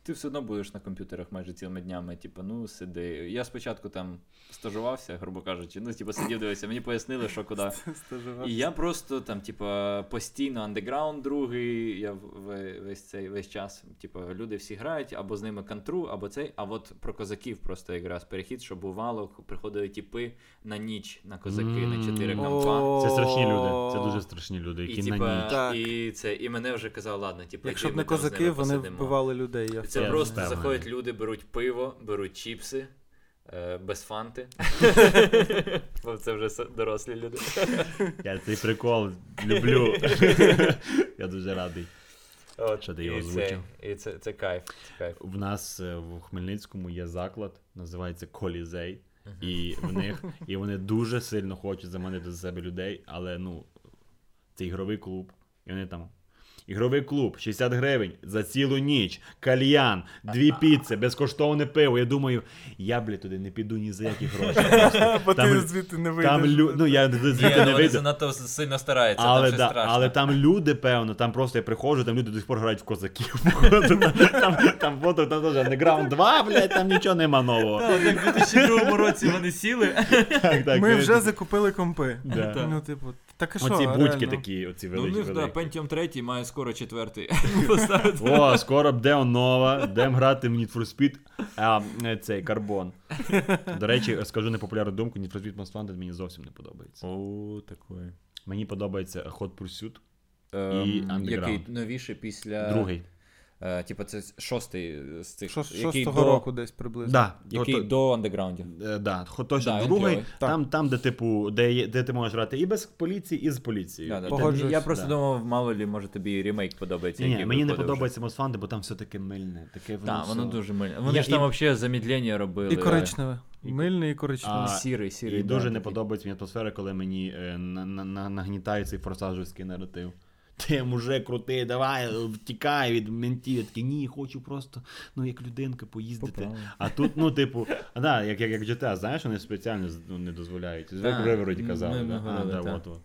ти все одно будеш на комп'ютерах майже цілими днями. Типа, ну сиди. Я спочатку там стажувався, грубо кажучи. Ну, типа, сидів дивився, мені пояснили, що куди. Стажував. І я просто там, типа, постійно андеграунд другий, я в- в- весь цей весь час. Типа, люди всі грають, або з ними контру, або цей. А от про козаків просто якраз перехід, що бувало, приходили тіпи на ніч на козаки, на чотири Мм. кампа. Це страшні люди. Це дуже страшні люди, І, які на ніч. типа, Так. і це, і мене вже казав, ладно, типа, Якщо б йди, не ми там з ними козаки, вони посидимо. вбивали людей. Я Це впевнений. просто впевнений. заходять люди, беруть пиво, беруть чіпси. е, Без фанти. Бо це вже с- дорослі люди. Я цей прикол люблю. Я дуже радий. От, Що ти його і це- озвучив? І це, це кайф. Це кайф. В нас е, в Хмельницькому є заклад, називається Колізей. І в них і вони дуже сильно хочуть заманити до себе людей, але ну це ігровий клуб. І вони там. Ігровий клуб 60 гривень за цілу ніч, кальян, дві піци, безкоштовне пиво. Я думаю, я блядь, туди не піду ні за які гроші. просто. Бо Там- ти звідти не вийдеш. Там лю... ну я звідти Ні, не ну, вони вийду. занадто с- сильно стараються, Але, там да, все страшно. але там люди, певно, там просто я приходжу, там люди до сих пор грають в козаків. походу. там, там фото, там теж Underground 2, блядь, там нічого нема нового. в 2002 році вони сіли. Так, так, Ми е, вже закупили компи. Да. Так. Ну, типу, так і що? Оці реально? будьки такі, оці Ну, великі. ну да, великі. Pentium 3 має скоро четвертий поставити. О, скоро б Део Нова, дем грати в Need for Speed, а, е, цей карбон. До речі, скажу непопулярну думку, Need for Speed Most Wanted мені зовсім не подобається. О, такий. Мені подобається Hot Pursuit, І Ем, Underground. який новіший після другий. Е, типа, це шостий з цих Шо- який Шостого до, року десь приблизно. Да, який гото- до андеграундів. Е, Да, хо- точно Да, другий, NPO. там, там, де типу, де, є- де ти можеш грати і без поліції, і з поліцією. Да, да, Погоджуюсь, Я просто да. думав, мало лі, може тобі ремейк подобається. Ні, який ні, мені не виходив вже. подобається Most Wanted, бо там все таке мильне. Таке воно, Так, все... воно дуже мильне. Вони Я- ж там і- взагалі замедлення робили. І коричневе. Мильний і коричневий. А, Сірий, сірий. І да, дуже не такий. подобається мені атмосфера, коли мені е, на, на, на, нагнітає цей форсажівський наратив. Ти мужик крутий, давай, е, втікай від ментів. Я такий, ні, хочу просто, ну, як людинка поїздити. Поправ. А тут, ну, типу, а, да, як, як, як GTA, знаєш, вони спеціально ну, не дозволяють. Звик Так, вже вроді ми- казали. ми да. А, говорили, да, так. от, от.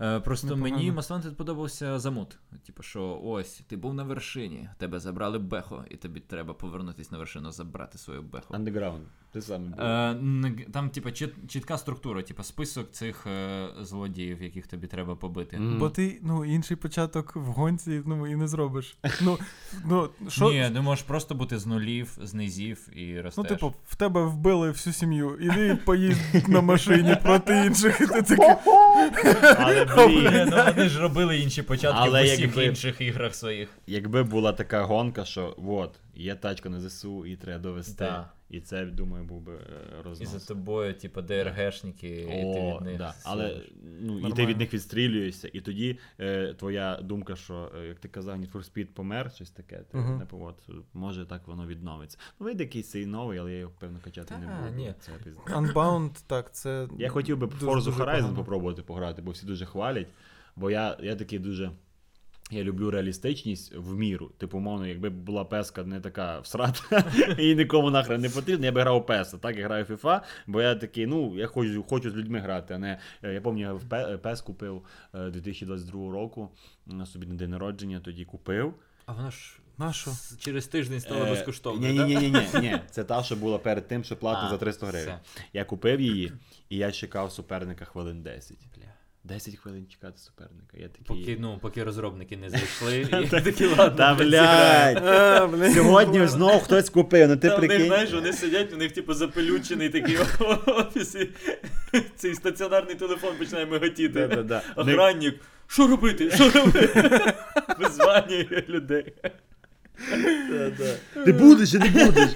Е, Просто Непогано. мені Most Wanted подобався замут. Типу, що ось, ти був на вершині, тебе забрали бехо, і тобі треба повернутись на вершину, забрати свою бехо. Underground. Ти сам був. Е, н- Там, типу, чіт- чітка структура, типу, список цих е, злодіїв, яких тобі треба побити. Мгм. Бо ти ну, інший початок в гонці ну, і не зробиш. Ну, ну, що, Ні, ти можеш просто бути з нулів, з низів і ростеш. ну типу, в тебе вбили всю сім'ю, іди і поїдь на машині проти інших. І ти такий, Але блін, Е, ну вони ж робили інші початки Але в усіх якби- інших іграх своїх. якби була така гонка, що от, є тачка на ЗСУ, і треба довести. Да. І це, думаю, був би е, І за рознос. тобою, типу, ДРГшники, і ти О, від них. да. сидиш. Але ну, і ти Нормально. від них відстрілюєшся, і тоді е, твоя думка, що, е, як ти казав, Need for Speed помер, щось таке, ти, Мгм. не повод, може так воно відновиться. Ну, вийде якийсь цей новий, але я його, певно, качати не Та, буду. ні. Це пізно. Unbound, так, це. Я хотів би Дуже- Forza дуже Horizon погано. попробувати пограти, бо всі дуже хвалять. Бо я, я такий дуже. Я люблю реалістичність в міру. Типу, мовно, якби була песка не така всрата і нікому нахрен не потрібна, я би грав у песа. Так я граю в FIFA, бо я такий, ну, я хочу, хочу з людьми грати, а не. е, Я пам'ятаю, я в Пе- е, пес купив е, 2022 року на собі на день народження, тоді купив. А воно ж На що? с- через тиждень стало безкоштовно. Е, Ні, ні, ні, ні, ні. Це та, що була перед тим, що платно А, за 300 гривень. Я купив її, і я чекав суперника хвилин 10. 10 хвилин чекати суперника. Я такий. Поки, ну, поки розробники не зайшли, і такі ладно. Та блядь, блядь! А, блін. Сьогодні знову хтось купив, ну ти Та в них, прикинь. знаєш, вони сидять, у них типу запелючений такий офіс, і цей стаціонарний телефон починає миготіти. Да-да-да. Вони- Охранник, що робити? Що робити? Визванює людей. Ти будеш чи не будеш?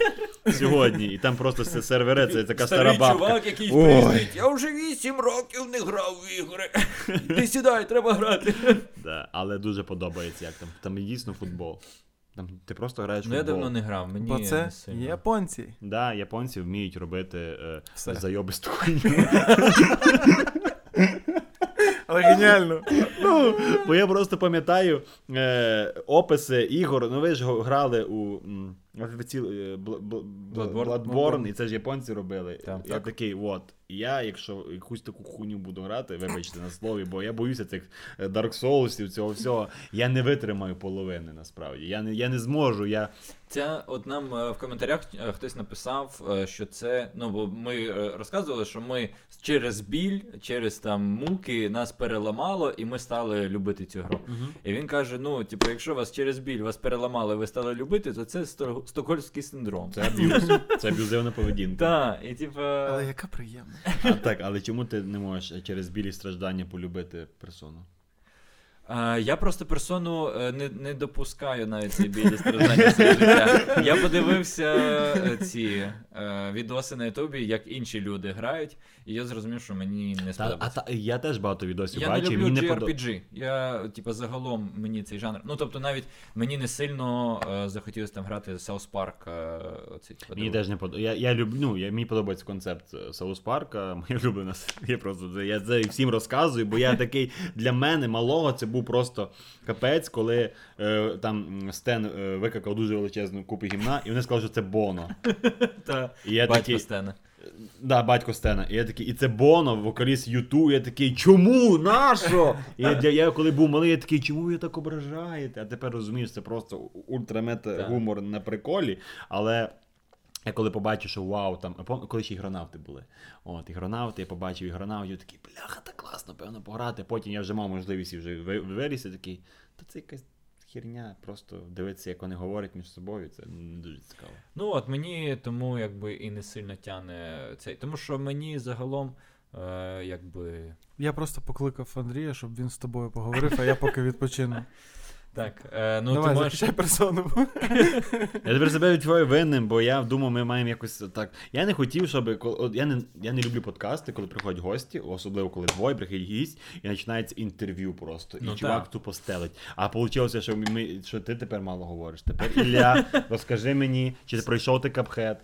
Сьогодні. І там просто все сервери, це така стара Старий бабка. чувак якийсь Ой. приїздить. Я вже 8 років не грав в ігри. Ти сідай, треба грати. Да, Але дуже подобається, як там. Там є дійсно футбол. Там ти просто граєш в Ну я футбол. давно не грав, мені Бо це не сильно. японці. Да, японці вміють робити е, Все. зайобисту хуйню. Але геніально. Ну, бо я просто пам'ятаю е, описи ігор. Ну ви ж го- грали у м, офіційно, е, бл- бл- Bloodborne. Bloodborne, і це ж японці робили. Так. я такий, от. Я, якщо якусь таку хуйню буду грати, вибачте на слові, бо я боюся цих е, Dark Soulsів, цього всього. Я не витримаю половини насправді. Я не, я не зможу. Я... Ця, от нам е, в коментарях е, хтось написав, е, що це. Ну, бо ми е, розказували, що ми через біль, через там муки нас переламало, і ми стали любити цю гру. І він каже: ну, типу, якщо вас через біль вас переламали, ви стали любити, то це сто- стокгольмський синдром. Це аб'юз. Це аб'юзивна поведінка. Так, і типу. Але яка приємна. А, так, але чому ти не можеш через білі страждання полюбити персону? Е, Я просто персону е, не, не допускаю навіть ці білі страждання в своє життя. Я подивився е, ці е, відоси на Ютубі, як інші люди грають, і я зрозумів, що мені не Та, а сподобається. та, я теж багато відосів Я бачив, не люблю мені не подобається. JRPG. Я, типа, загалом мені цей жанр. Ну, тобто, навіть мені не сильно е, захотілося там грати South Park. Е, оцей, типа, Мені друг. теж не подобається. Я, я люблю, ну, я, мені подобається концепт е, Саус Парка. Моя улюблена серія просто це- я це всім розказую, бо я такий для мене малого це був просто капець, коли е, там м, Стен е, викакав дуже величезну купу гімна, і вони сказали, що це Боно. Та, І я батько такий, Стена. да, батько Стена. І я такий, і це Боно, вокаліст Юту. Я такий, чому? Нащо? І я, я коли був малий, я такий, чому ви так ображаєте? А тепер розумієш, це просто ультрамета Так. гумор на приколі. Але я коли побачив, що вау, там, а пом- коли ще ігронавти були. От, ігронавти, я побачив ігронавтів, я такий, бляха, так класно, певно, пограти. Потім я вже мав можливість і вже ви- виріс, я такий, та це якась херня, просто дивитися, як вони говорять між собою, це не дуже цікаво. Ну, от мені тому якби і не сильно тяне цей. Тому що мені загалом, е, якби. Я просто покликав Андрія, щоб він з тобою поговорив, а я поки відпочину. Так, е, ну Давай, ти можеш. захищай персону. Я тепер себе відчуваю винним, бо я думав, ми маємо якось так. Я не хотів, щоб коли- от я не я не люблю подкасти, коли приходять гості, особливо коли двоє приходять гість, і починається інтерв'ю просто. І Ну, чувак так. тупо стелить. А вийшло, що ми що ти тепер мало говориш. Тепер Ілля, розкажи мені, чи ти пройшов ти капхет?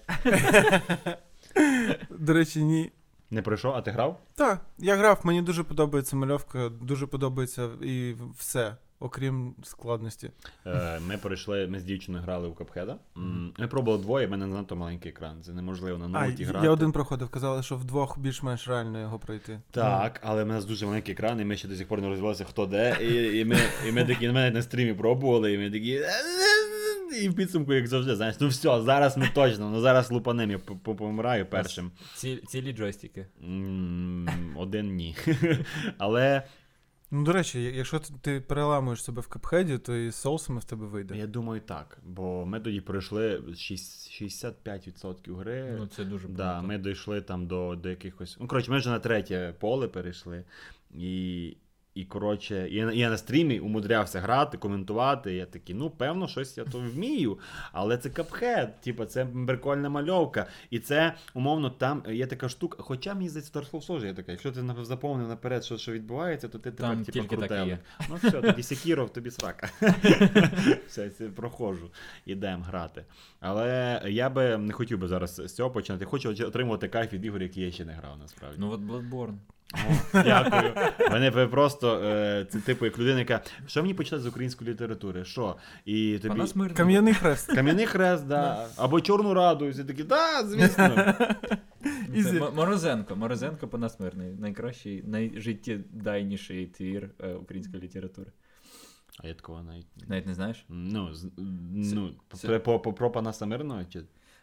До речі, ні. Не пройшов, а ти грав? Так, я грав, мені дуже подобається мальовка, дуже подобається і все, окрім складності. Е, Ми пройшли, ми з дівчиною грали у капхеда. М, Ми пробували двоє, в мене занадто маленький екран. Це неможливо на а, ноуті грати. я один проходив, казали, що вдвох більш-менш реально його пройти. Так, але в нас дуже маленький екран, і ми ще до сих пор не розвивалися, хто де. І, і ми, і ми такі навіть на стрімі пробували, і ми такі. І в підсумку, як завжди, знаєш, ну все, зараз ми точно, ну зараз лупанем, я по- по- помираю першим. Ці, цілі джойстики. М, Один ні. Але Ну, до речі, я- якщо ти, ти переламуєш себе в капхеді, то і з соусами в тебе вийде. я думаю так, бо ми тоді пройшли шість- 65% Е. гри. Ну це дуже Да, круто. ми дійшли там до, до якихось. Ну, коротше, ми вже на третє поле перейшли. І, і коротше, я, на- я на стрімі умудрявся грати, коментувати. Я такий, ну, певно, щось я то вмію. Але це капхед, типу, це прикольна мальовка. І це, умовно, там є така штука. Хоча мені здається, Dark Souls теж є така. Якщо ти нап- заповнив наперед, що, що відбувається, то ти тепер Там типу, тільки так і крутелик. є. Ну все, тоді Секіров, тобі срака. Все, це проходжу. Ідемо грати. Але я би не хотів би зараз з цього починати. Хочу отримувати кайф від ігор, які я ще не грав насправді. Ну от Bloodborne. О, дякую. Мене ви просто е, це типу як людина, яка що мені почитати з української літератури? Що? І тобі Вона смирна. Кам'яний хрест. Кам'яний хрест, да. або чорну раду, і всі такі, да, звісно. Це Ізі. М- Морозенко. Морозенко понасмирний. Найкращий, найжиттєдайніший твір е, української літератури. А я такого навіть. Навіть не знаєш? Ну, з- Це- ну, це- про- по- по- про пана Самирного чи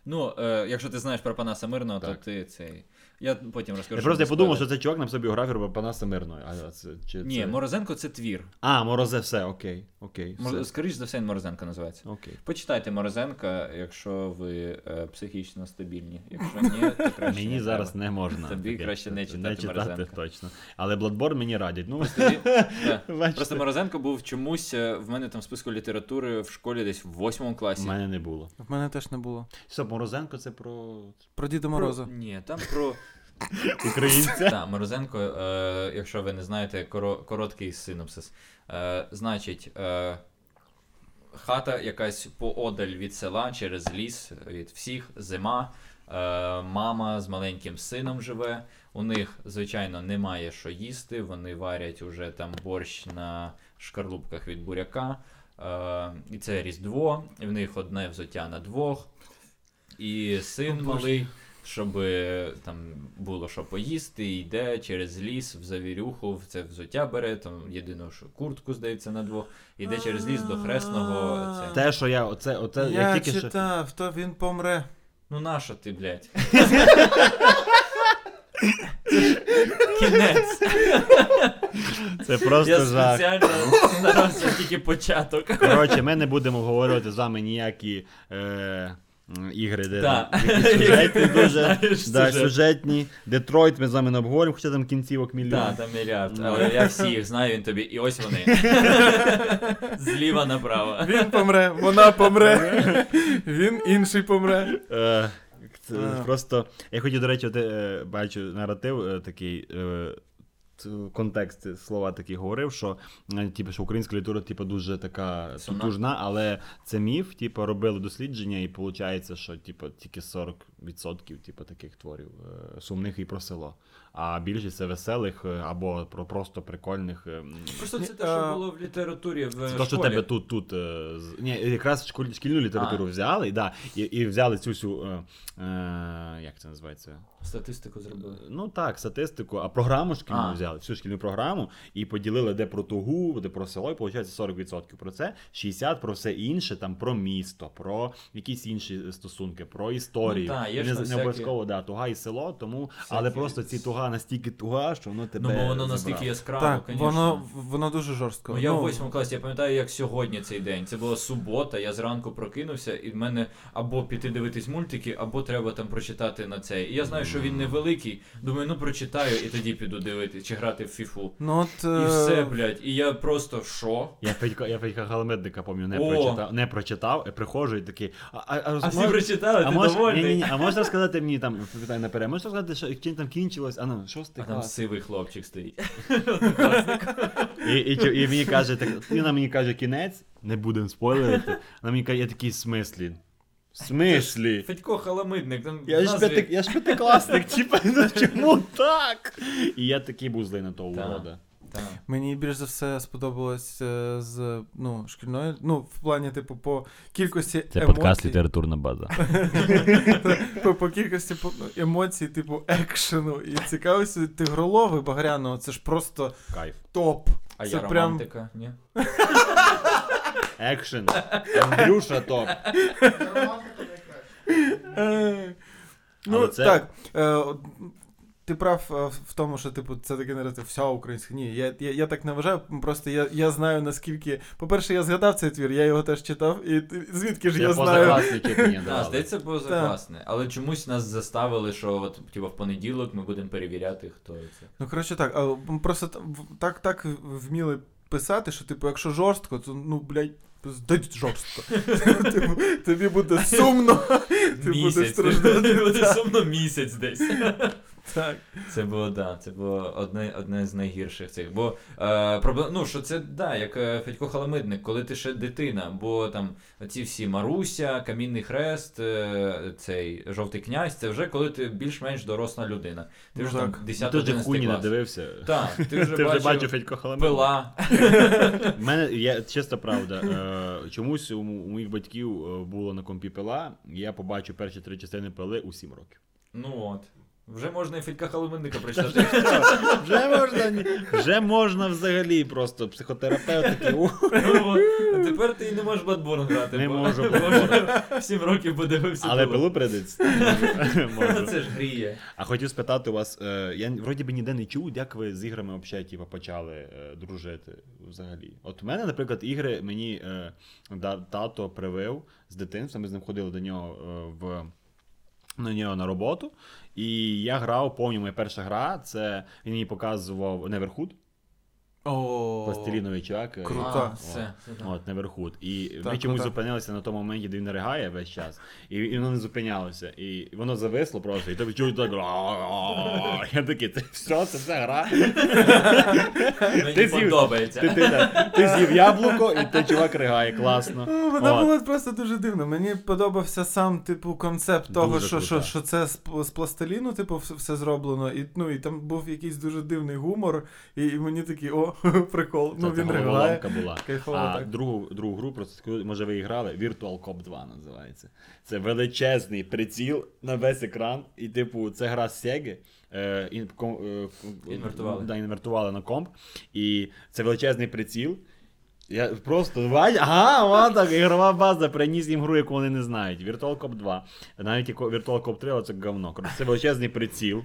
Ну, е, якщо ти знаєш про Панаса Мирного, Так. то ти цей. Я потім розкажу. Я просто без я подумав, що спойлерів. це чувак написав біографію про пана Самирного. А, це, чи, Ні, це... Морозенко це твір. а, Морозе, все, окей. Окей. Мор- Все. Скоріш за все, він Морозенко називається. Окей. Почитайте Морозенка, якщо ви е, психічно стабільні. Якщо ні, то краще. Мені не зараз треба. не можна. Тобі таке краще не читати Не читати Морозенка. точно. Але Bloodborne мені радять. Ну, Тобі- да. бачите, Просто Морозенко був чомусь е, в мене там в списку літератури в школі десь в восьмому в класі. мене не було. В мене теж не було. Стоп, Морозенко це про Про Діда Про- Мороза. Ні, там про. українця. Так, Морозенко, е, якщо ви не знаєте, коро- короткий синопсис. Е, значить, е, хата якась поодаль від села через ліс, від всіх, зима. Е, мама з маленьким сином живе. У них, звичайно, немає що їсти. Вони варять уже там борщ на шкарлупках від буряка. Е, і це Різдво. І в них одне взуття на двох. І син О, Боже. малий, щоб е, там було що поїсти, йде через ліс в завірюху, в це взуття бере, там єдину що куртку, здається, на двох. Іде через ліс до хресного. Це... Те, що я, оце, оце, я, я тільки що. читав, то він помре. Ну наша ти, блядь? Кінець. Це просто Я жах. спеціально зараз це тільки початок. Коротше, ми не будемо говорити з вами ніякі е, м, ігри, де Так. там якісь сюжетні дуже. Знаєш, Да, сюжет. сюжетні. Детройт ми з вами не обговоримо, хоча там кінцівок мільйон. Так, там мільярд, Ну. але я всі їх знаю, він тобі. І ось вони. Зліва направо. Він помре, вона помре, він інший помре. Е, Це Е. просто. Я хотів, до речі, от, е, бачу наратив е, такий. е, ц- Контекст ці слова такі говорив, що е, типу, що українська література типу, дуже така Сумна. тужна, але це міф, типу, робили дослідження, і виходить, що типу, тільки 40% типу, таких творів е, сумних і про село. А більшість це веселих е, або про просто прикольних. е, м. Просто це те, що було в літературі в Це школі. те, що Тобто тебе тут, тут е, з- ні, якраз школь, шкільну літературу взяли, да, і, і взяли цю всю, е, е, як це називається? Статистику зробили. Ну так, статистику, а програму шкільну А. взяли, всю шкільну програму, і поділили де про тугу, де про село, і виходить 40% про це, 60% про все інше, там про місто, про якісь інші стосунки, про історію. Ну, так, є ж не, там не всякі- обов'язково, да, туга і село, тому, але Всякі- просто ці туга настільки туга, що воно Ну, тебе. бо воно забрало. настільки яскраво, Так, звісно. воно, воно дуже жорстко. Ну, я в восьмому класі, я пам'ятаю, як сьогодні цей день. Це була субота, я зранку прокинувся, і в мене або піти дивитись мультики, або треба там прочитати на цей. І я знаю, що він невеликий. Думаю, ну прочитаю і тоді піду дивитись чи грати в фіфу. Ну, от, І е, все, блядь, і я просто в шо? Я Федька, я Федька Галамедника пам'ятаю, не О! прочитав, не прочитав, і приходжу і такий. А, а, а, А розмов- всі прочитали, а ти мож- довольний. ні-ні-ні, а можеш розказати мені там, питання наперед, можеш розказати, що чим там кінчилось, а ну, А шостий там клас. сивий хлопчик стоїть. І, і, чо- і мені каже, так, і вона мені каже кінець, не будемо спойлерити. Вона мені каже, я такий в смислі. В смислі? Федько халамидник, там в Я ж, назві- п'яти, я ж п'ятикласник, типа, ну чому так? І я такий був злий на того Так. урода. Та. Мені більш за все сподобалось е, з ну, шкільної, ну, в плані, типу, по кількості Це емоцій. подкаст літературна база. по, по кількості по- ну, емоцій, типу, екшену і цікавості тигролови багряного, це ж просто Кайф. топ. А Це я прям- романтика, ні? Екшен. Андрюша топ. Е, Ну, Але це- так. е, от, Ти прав е, в тому, що типу це таке наразі вся українська. Ні, я, я, я так не вважаю. Просто я, я знаю наскільки. По-перше, я згадав цей твір, я його теж читав, і ти- звідки ж я, знаю. позакласники мені Да, давали. здається, було класне. Але чомусь нас заставили, що от типу, в понеділок ми будемо перевіряти, хто це. Ну коротше, так, а, м, просто та- в- так, так вміли писати, що типу, якщо жорстко, то ну блядь, здадіть жорстко. Типу, Тобі буде сумно. Ти будеш Місяць. страждати, Ти будеш так. со мною місяць десь. Так. Це було, да, це було одне, одне з найгірших цих. Бо е, проблема, ну що це да, як е, Федько Халамидник, коли ти ще дитина, бо там ці всі Маруся, Камінний Хрест, е, цей жовтий князь, це вже коли ти більш-менш доросла людина. Ти Ну вже так. там Ти 10 вже 11 хуйні клас. надивився. Так, ти вже Ти вже бачив бачив Федько Халамет. пила. В мене я чиста правда. Е, чомусь у, у моїх батьків е, було на компі пила. Я побачив перші три частини пили у сім років. Ну от. Вже можна і Федька Халамидника прочитати. Вже можна ні- вже можна взагалі просто психотерапевт такий. «Ух, Ну, от. А тепер ти і не можеш Бладборн грати. Не бо- можу бо вже Сім років подивився. Але пилу. пилу придеться. Можу. Це ж гріє. А хотів спитати у вас, е, я вроді би ніде не чув, як ви з іграми взагалі типу, почали е, дружити взагалі. От у мене, наприклад, ігри мені е, да- тато привив з дитинства, ми з ним ходили до нього е, в. На нього на роботу, і я грав, пам'ятаю, моя перша гра, це він мені показував Неверхуд, О, пластиліновий чувак. е, Круто. А, так. все, все так. От, Неверхуд. І ми Так, чомусь ну так. зупинилися на тому моменті, де він ригає весь час. І, і воно не зупинялося. І воно зависло просто, і тобі чують так. «Ра-ра-ра». Я такий, це все, це вся гра. Мені Ти з'їв. подобається. Ти, ти, та- ти з'їв яблуко, і той чувак ригає, класно. Ну, Вона От. була просто дуже дивна. Мені подобався сам, типу, концепт того, Дуже що, що, крута. що це з, п- з пластиліну, типу, вс- все зроблено. І, ну, і там був якийсь дуже дивний гумор, і, і мені такий, о, прикол. Це ну та він ригає. головоломка була. Кайфово А так. другу, другу гру, просто таку, може ви і грали, Virtual Cop 2 називається. Це величезний приціл на весь екран. І, типу, це гра з Sega. Е, ін, ком, е, ком- Інвертували. Да, інвертували на комп. І це величезний приціл. Я просто бачу, ага, вон так, ігрова база, приніс їм гру, яку вони не знають. Virtual Cop 2. Навіть яко- Virtual Cop 3, але це говно. Коротше, це величезний приціл.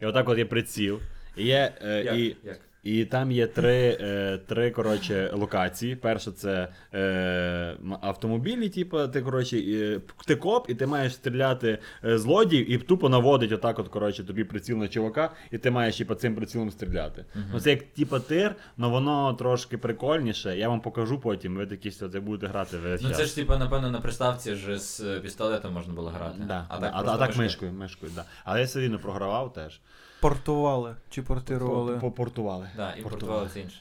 І отак от є приціл. І є, е, Як? і, Як? і там є три, е, три коротше, локації. Перша це е, м- автомобілі, типу, ти, коротше, е, ти коп, і ти маєш стріляти е, злодіїв, і тупо наводить отак, от, коротше, тобі приціл на чувака, і ти маєш типу, цим прицілом стріляти. Ну, це як типу тир, але воно трошки прикольніше. Я вам покажу потім. Ви такі все це будете грати весь Ну час. це ж типа, напевно, на приставці ж з е, пістолетом можна було грати. Да, а а, так, а, просто так мишкою. мишкою, мишкою, да. Але я все рівно програвав теж. Портували чи портирували. Попортували. Да, і портували це інше.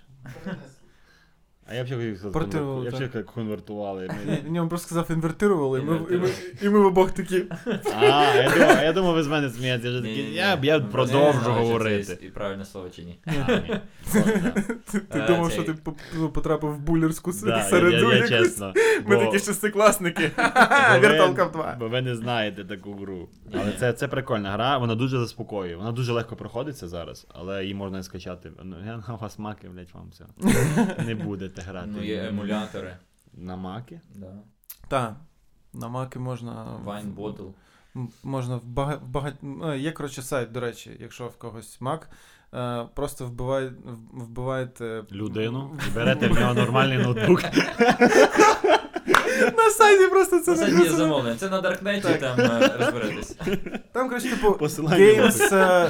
А я б ще хотів сказати, Портували, конвер- я б ще так. хотів конвертували. Ми- Ні, ні, він просто сказав, інвертирували, і ми, і ми, і ми в обох такі. А, я думав, я думав, ви з мене смієтеся. Я вже такий, Ні-ні-ні. я, б- я Ну, продовжу не знаю, чи говорити. Це і правильне слово чи ні. А, ні. От, да. Ти, ти Е, думав, цей. що ти п- ну, потрапив в булерську с- Да, середу я- я- я якусь. чесно. Ми бо- такі шестикласники. бо ви- Вірталка в два. Бо ви не знаєте таку гру. Але це, це прикольна гра, вона дуже заспокоює. Вона дуже легко проходиться зараз, але її можна скачати. Ну, я на вас маки, блядь, вам все. Не будете грати. Ну, є емулятори. На маки? Да. Так. На маки можна. Вайн Ботл. М, Можна в бага... в бага... м, е, Є, коротше, сайт, до речі, якщо в когось Mac, е, просто вбиває... в- вбиваєте. Людину і берете в нього нормальний ноутбук. На сайті просто це Це не написано. замовлення. Це на Даркнеті там е, розберетесь. Там, коротше, типу, Посилання. Games, е,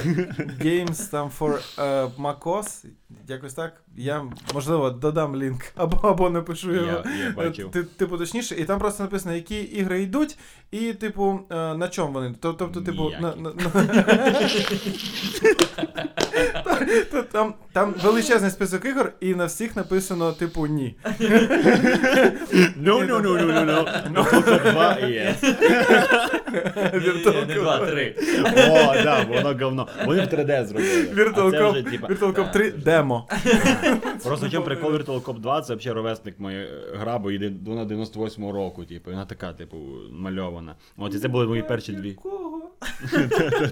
games там for е, MacOS, якось так. Я, можливо, додам лінк або, або напишу його. Я, я бачив. Ти, типу, точніше, і там просто написано, які ігри йдуть, і, типу, е, на чому вони. То- Тобто, типу, на, на, на- Та- там, там величезний список ігор, і на всіх написано, типу, ні. No, no, no, no, no, no. Ну, поки два і є. Ні-ні-ні, Не два, три. О, да, воно говно. Вони в 3D зробили. А це вже, Virtual типа, е, Cop 3 демо. Просто в чому прикол Virtual Cop 2, це взагалі ровесник моєї гра, бо йде вона 98-го року, типу, і вона така, типу, мальована. От і це були мої перші дві.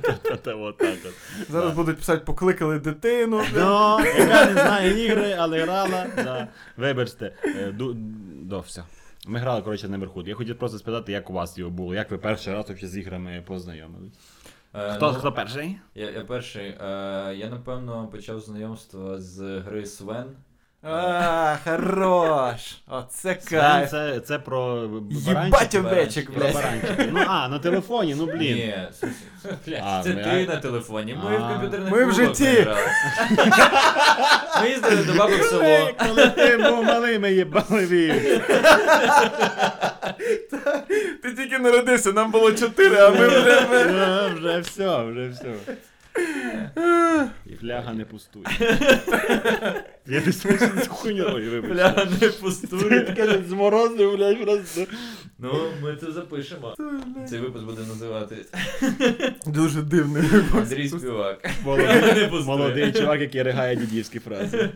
Та-та-та, от так от. Зараз будуть писати, покликали дитину. Ну, яка не знає ігри, але грала. Да. Вибачте, е, ду- до все. Ми грали, коротше, наверху. Я хотів просто спитати, як у вас його було, як ви перший раз взагалі з іграми познайомились. Е, Хто, ну, хто перший? Я, я перший. Е, я напевно почав знайомство з гри Свен. А, хорош! Оце Це, кайф. це, це про баранчик. Їбать овечик, Про блядь. баранчик. Ну а, на телефоні, ну блін. Ні, слухай, це, блядь, А, це ми- ти на телефоні. Ми А. в комп'ютерних Ми в клубах житті. не грали. Ми їздили до бабок в село. Коли ти був малий, ми їбали вів. Ти тільки народився, нам було 4, а ми вже. Вже, Ну, вже все, вже все. І фляга не пустує. Я десь з хуйньою, вибачте. Бля, не Ти пустує. таке зморозив, блядь, просто. Ну, ми це запишемо. Цей випуск буде називати Дуже дивний Андрій Співак. Не Молодий, пустує. молодий чувак, який ригає дідівські фрази.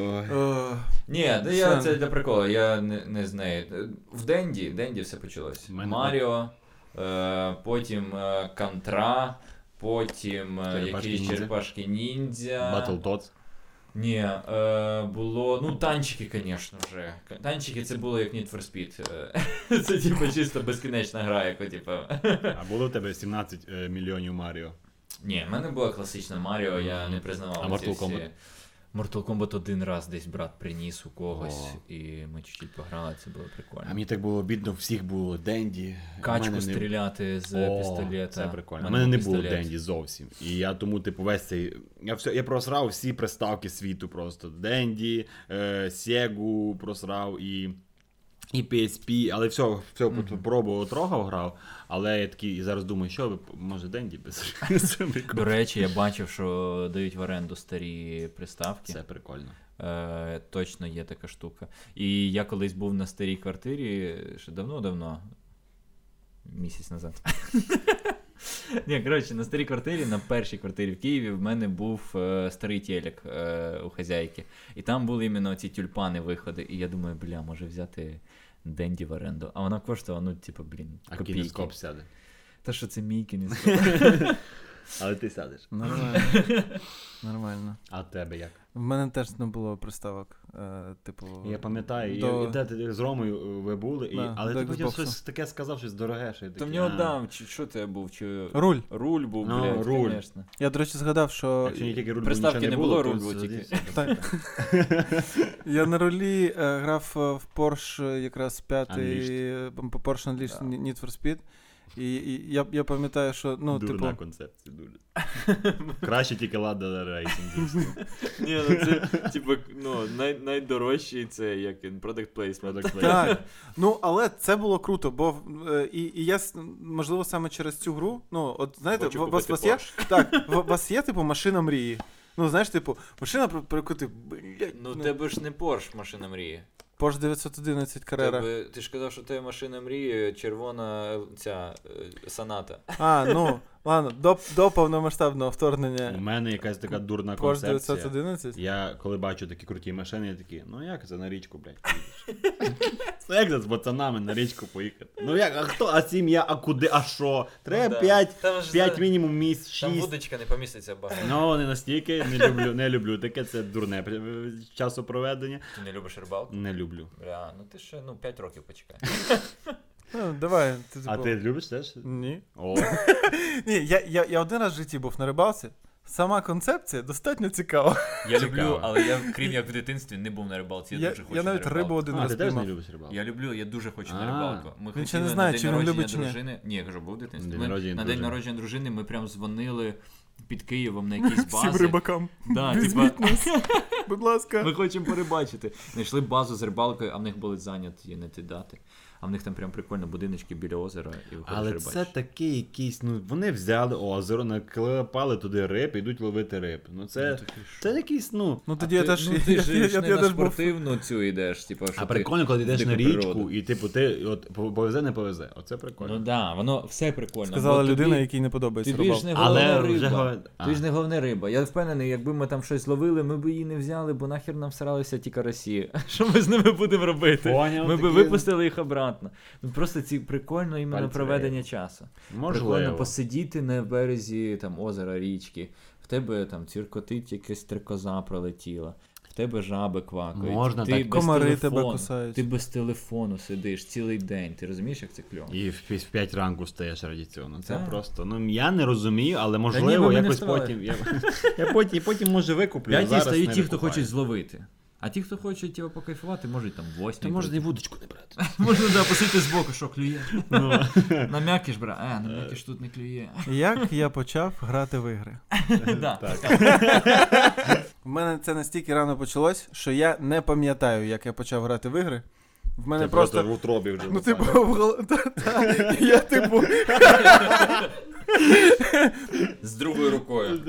Ой. О, Ні, ну я Все. це для приколу, я не, не з неї. Е, В Денді, Денді все почалось. В мене Маріо, е, потім е, Контра, потім е, Черепашки якісь ніндзя. черепашки ніндзя. Battletoads. Ні, е, було. Ну, танчики, звісно вже. Танчики це було як Need for Speed. Е, Це типу чисто безкінечна гра, яку, типу. А було в тебе 17 е, мільйонів Маріо. Ні, в мене була класична Маріо, я не признавав. А ці Mortal всі- Kombat? Mortal Kombat один раз десь брат приніс у когось, О. і ми чуть-чуть пограли, це було прикольно. А мені так було бідно, всіх було Денді. Качку У мене не- стріляти з О, пістолета. Це прикольно. У У мене не було пістолет. Денді зовсім. І я тому, типу, весь цей. Я все, я просрав всі приставки світу просто. Денді, е, Сєгу просрав і. І PSP, але все, все пробував, трогав, грав. Але я такий і зараз думаю, що ви може Денді без це До прикольно. речі, я бачив, що дають в оренду старі приставки. Це прикольно. Е, точно є така штука. І я колись був на старій квартирі ще давно-давно. Місяць назад. Ні, коротше, на старій квартирі, на першій квартирі в Києві, в мене був е, старий телек е, у хазяйки. І там були іменно ці тюльпани виходи. І я думаю, бля, може взяти Денді в оренду. А вона коштувала, ну, типу, блін, А копійки. кіноскоп сяде. Та що це мій кіноскоп. Але ти сядеш. Нормально. Нормально. А тебе як? В мене теж не було приставок. е, Типу. Я пам'ятаю, і- до- і де ти з Ромою е, ви були, і... Да, але до ти хотів Xbox'у. щось таке сказав, щось дороге, що я То в такий, нього «А, дав, чи що це був? Чи... Руль. Руль був, Ну, блядь, руль. звісно. Я, до речі, згадав, що Якщо не тільки руль, бо Приставки нічого не було, то руль був це- тільки. це- це- Так. я на рулі е, грав е, в Porsche якраз п'ятий е, Porsche Unleashed Need for Speed. І, і я, я пам'ятаю, що ну, Дурна типу, концепція, дуже. Краще тільки лада рейтинг. дійсно. Ні, ну це типу, ну, най, найдорожчий це як він, product placement. Product placement. Так. Ну, але це було круто, бо е, і, і я с- можливо саме через цю гру. Ну, от знаєте, Хочу в- вас, купити вас є так, в- вас є типу машина мрії. Ну, знаєш, типу, машина про, про яку ти блядь, Ну, тебе ж не Porsche машина мрії. Porsche 911 Carrera. Тебе, ти ж казав, що тебе машина мрії, червона ця е, саната. А, ну ладно, до, до повномасштабного вторгнення У мене якась така дурна Porsche концепція. 911. Я коли бачу такі круті машини, я такий, ну як це на річку, блядь, поїдеш? Ну як це з пацанами на річку поїхати? Ну як, а хто, а сім'я, а куди, а що? Треба Да. 5, Там ж 5 за- мінімум місць, Там 6. вудочка не поміститься багато. Ну, не настільки, не люблю, не люблю таке, це дурне е, часопроведення. Ти не любиш рибалку? Не люблю. Бля, ну ти ще ну 5 років почекай. Ну, давай, ти А типу. ти любиш теж? Ні. О, Ні, я, я, я один раз в житті був на рибалці. Сама концепція достатньо цікава. Я Цікаво. люблю, але я, крім як в дитинстві, не був на рибалці. Я, Я, дуже хочу. я навіть на рибалку. рибу один а раз ти теж не піймав. любиш рибалку? Я люблю, я дуже хочу А. на рибалку. Ми Він ще хотіли не на знає, день чи він народження любить, чи ні. дружини. Ні, я кажу, був в дитинстві. День Ми народження на день дружини. народження дружини ми прям дзвонили під Києвом на якісь Всім бази. рибакам. Да, Візьміть типа, Будь ласка. ми хочемо перебачити. Знайшли базу з рибалкою, а в них були зайняті не ті дати. А в них там прям прикольно будиночки біля озера і виходиш Але рибачиш. це такий якийсь, ну вони взяли озеро, наклепали туди риб, ідуть ловити риб. Ну це, це якийсь, ну. Ну А тоді я ти- теж. ну, я- ти я- ж я- ж я не теж на був. спортивну цю йдеш, типу, що А ти прикольно, коли ти йдеш дика на річку, природа. і типу ти от повезе, не повезе. Оце прикольно. Ну да, воно все прикольно. Сказала бо людина, Ну, тобі- якій не подобається Тобі рибалка. ж не головна Але риба. вже говор- Ти А. ж не головне риба. Я впевнений, якби ми там щось ловили, ми б її не взяли, бо нахер нам всралися ті карасі. Що ми з ними будемо робити? Поняв, ми б такі- випустили їх обратно. Ну просто ці прикольно іменно Пальці проведення вирвали. часу. Прикольно Можливо. посидіти на березі там озера, річки. В тебе там ціркотить якась трикоза пролетіла. В тебе жаби квакають. Можна ти так. без Комари тебе телефону, кусають. Ти без телефону сидиш цілий день. Ти розумієш, як це кльово? І в 5 ранку стаєш раді цього. Ну це Так. просто. Ну я не розумію, але ні, ми можливо, не якось вставали. потім. Я, я потім, потім може викуплю. а П'яті зараз стають не ті, хто викупаю. хочуть зловити. А ті, хто хочуть його покайфувати, можуть там восьмі. Та можна і вудочку не брати. можна да, посити збоку, що клює. Ну. Нам'якиш, бра. А, нам'якиш тут не клює. Як я почав грати в ігри? Е, Да. В мене це настільки рано почалось, що я не пам'ятаю, як я почав грати в ігри. В мене Ти просто. в утробі вже. Ну, отак. типу, в гол- та- та. я типу. З другою рукою.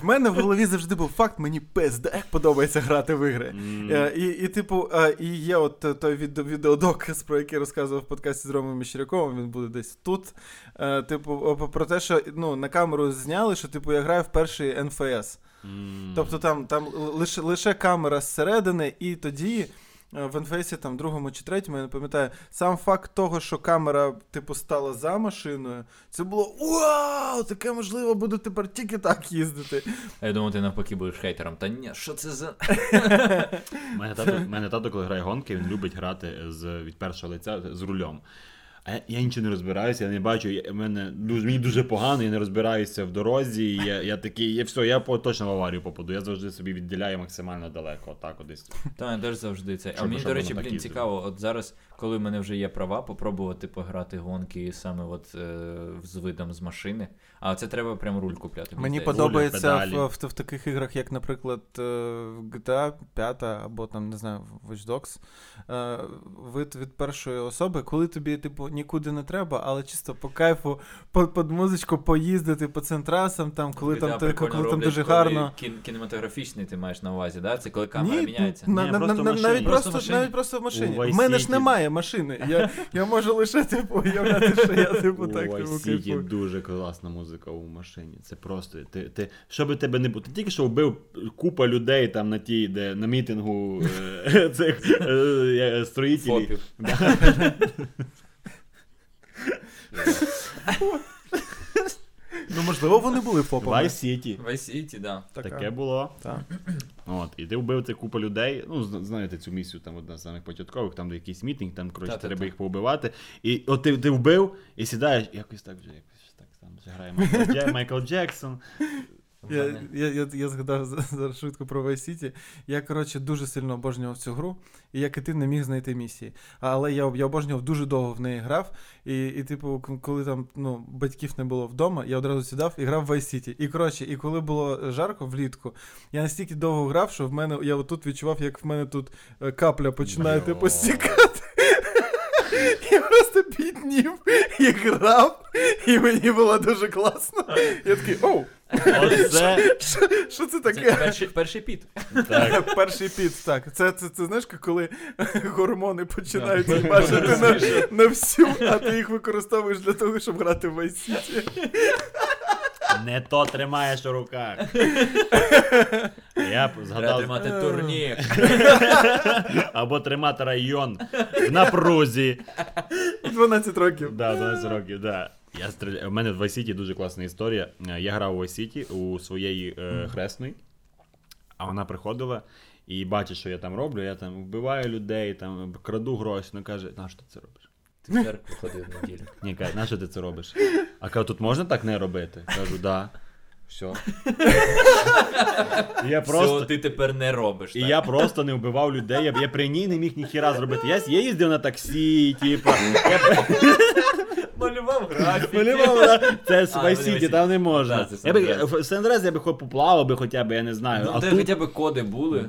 В мене в голові завжди був факт, мені пизда, як подобається грати в ігри. Е, І, і, типу, е, і є от е, той відео- відеодоказ, про який я розказував в подкасті з Ромою Міщеряковим, він буде десь тут. Е, Типу, о, про те, що ну, на камеру зняли, що типу я граю в перший НФС. М. Тобто там, там л- лише, лише камера зсередини, і тоді е, в інфейсі там другому чи третьому, я не пам'ятаю, сам факт того, що камера, типу, стала за машиною, це було Вау! Таке можливо, буду тепер тільки так їздити. А я думав, ти навпаки будеш хейтером. Та ні, що це за. Мене тато, мене тато, коли грає гонки, він любить грати з, від першого лиця з рулем. А я, я нічого не розбираюся, я не бачу, я, мене, дуже- мені дуже погано, я не розбираюся в дорозі. і Я, я такий, я все, я по, точно в аварію попаду. Я завжди собі відділяю максимально далеко, отак от десь. Та я теж завжди це. А Щоб- мені, щоб до речі, воно блін, так їздило. цікаво, от зараз, коли в мене вже є права, попробувати пограти гонки саме от е, з видом з машини. А це треба прям руль купляти. Мені здається. подобається педалі. в, в, в таких іграх, як, наприклад, е, в GTA 5 або там, не знаю, в Watch Dogs, е, вид від першої особи, коли тобі, типу, нікуди не треба, але чисто по кайфу, по, під музичку поїздити по центрасам, там, коли там, Да, ти- коли прикольно там роблять, дуже коли гарно. Кін, кінематографічний ти маєш на увазі, да? Це коли камера Ні, ну, міняється. на- Ні, на- просто на- в навіть, машині. просто, Просто в навіть просто в машині. У Vice У мене ж City. немає машини. Я, я можу лише типу, уявляти, що я типу У так типу, Vice City кайфую. дуже класна музика у машині. Це просто. Ти, ти, що би тебе не було? Ти тільки що вбив купа людей там на тій, де на мітингу е, цих е, е, строїтелів. Фопів. Ну, можливо, вони були фопами. Vice City. Vice City, да. Така. Таке було. Так. От, і ти вбив це купа людей. Ну, зна- знаєте цю місію, там одна з самих початкових, там де якийсь мітинг, там коротше, Та-та-та. треба їх поубивати. І от ти, ти вбив і сідаєш, якось так вже якось так там вже грає Майкл, Джек- Майкл Джексон. Я, я, я, я згадав за- зараз швидко про Vice City. Я, коротше, дуже сильно обожнював цю гру, і як і ти не міг знайти місії. Але я, об- я обожнював дуже довго в неї грав. І, і типу, к- коли там ну, батьків не було вдома, я одразу сідав і грав в Vice City. І коротше, і коли було жарко влітку, я настільки довго грав, що в мене я отут відчував, як в мене тут е, капля починає Бля. типу стікати. Я просто піднів і грав, і мені було дуже класно. Я такий, оу, Оце що це Це таке? перший, перший піт. так. Перший піт, так. Це, це, це знаєш, коли гормони починають Да. бачити на, на всю, а ти їх використовуєш для того, щоб грати в Vice City. Не то тримаєш у руках. Я б Треба згадав тримати турнір. або тримати район в напрузі. 12 років. Да, 12 років, да. Я стріля... У мене в Vice City дуже класна історія. Е, Я грав у Vice City у своєї е, хресної, а вона приходила і бачить, що я там роблю. Я там вбиваю людей, там краду гроші. Вона каже, на що ти це робиш? Ти в церкву ходив в неділю. Ні, каже, нащо ти це робиш? А кажу, тут можна так не робити? Кажу, да. Все. Я Просто просто. ти тепер не робиш. І так. я просто не вбивав людей, я, я при ній не міг ніхіра зробити. Я, я їздив на таксі, типа. Я малював графіки. Малював, Ну, да. це А, Спай Сіті, Васіті. там не Да, можна. це Я би Сан-Андреас. в Сан-Андреас я би хоч поплавав би хоча б, я не знаю. Ну, А де тут... хоча б коди були.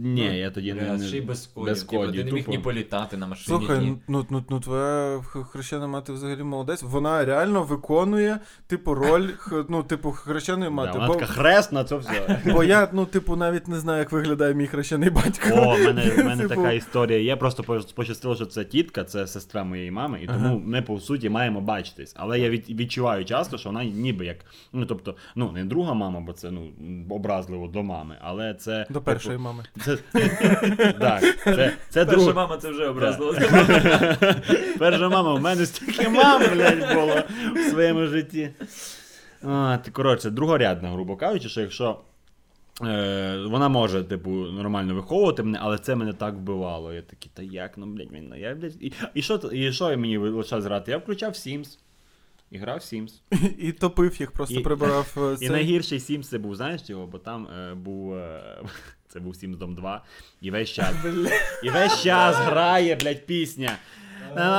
Ні, я тоді не. Бля, не- ще й без кодів. Без типу, ти кодів. не міг ні тупо. політати на машині. Слухай, ні. ну, ну, ну, ну твоя х- хрещена мати взагалі молодець. Вона реально виконує, типу, роль, х- ну, типу, хрещеної Да, мати. Вона бо, така хрест на це все. бо я, ну, типу, навіть не знаю, як виглядає мій хрещений батько. О, в мене, в мене Типу, така історія. Я просто пощ- пощастило, що це тітка, це сестра моєї мами, і тому ми по суті маємо бачитись. Але я від, відчуваю часто, що вона ніби як. Ну тобто, ну не друга мама, бо це ну образливо до мами, але це типу, До першої мами. Це, так, це, це Перша друга. мама це вже образило. Перша мама, у мене стільки мам, блядь, було в своєму житті. А, ти, коротше, другорядна, грубо кажучи, що якщо. Е, вона може, типу, нормально виховувати мене, але це мене так вбивало. Я такий, та як, ну, блядь, він, ну, я, блядь. І, і, що, т- і що мені лише грати? Я включав Sims. І грав Sims. І топив їх, просто І- прибирав е, І цей. найгірший Sims це був, знаєш його, бо там е, був. е, це був Sims Dom 2. І весь час. і весь час грає, блядь, пісня.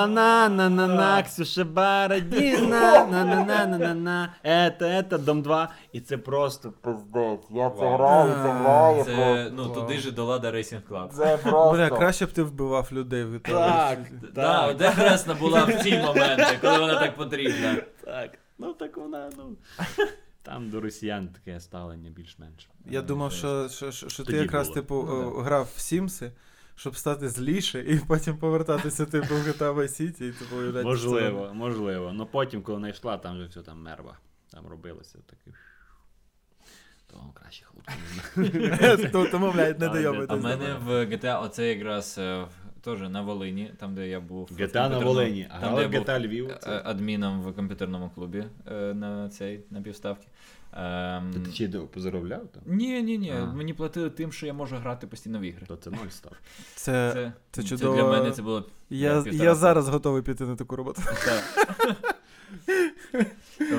На-на-на-на-на, Ксюша Бородіна, на-на-на-на-на-на, ето, ето, Дом 2. І це просто пиздець. Я це Вау. граю, це граю. Це, просто. ну, туди же до Лада Racing Club. Це Бля, просто. краще б ти вбивав людей в Так, Да, так, де Хресна була в ті моменти, коли вона так потрібна. так. Ну так вона, ну. Там до росіян таке ставлення більш-менш. Я Е, думав, це- що, що, що, що ти Тоді якраз, було. типу, Ну, е, грав в Сімси, щоб стати зліше, і потім повертатися, типу, в GTA Vice City, і типу, являти Можливо, можливо. Ну потім, коли вона йшла, там вже все там мерва. Там робилося таке. То вам краще хлопці. не знаю. То- Тому, блядь, не А, дойобуйтесь. А в Це мене здорово. в GTA оце якраз е, в- теж на Волині, там де я був. в GTA на комп'ютерному- Волині, а там, де грали я в був GTA Львів. е, Це- адміном в комп'ютерному клубі е, на цей на півставки. Ем, Ти чи де поздоровляв там? Ні, ні, ні. А. Тобто Мені платили тим, що я можу грати постійно в ігри. То це ноль став. Це, це чудово. для мене це було я, півтора я року. зараз готовий піти на таку роботу. Так.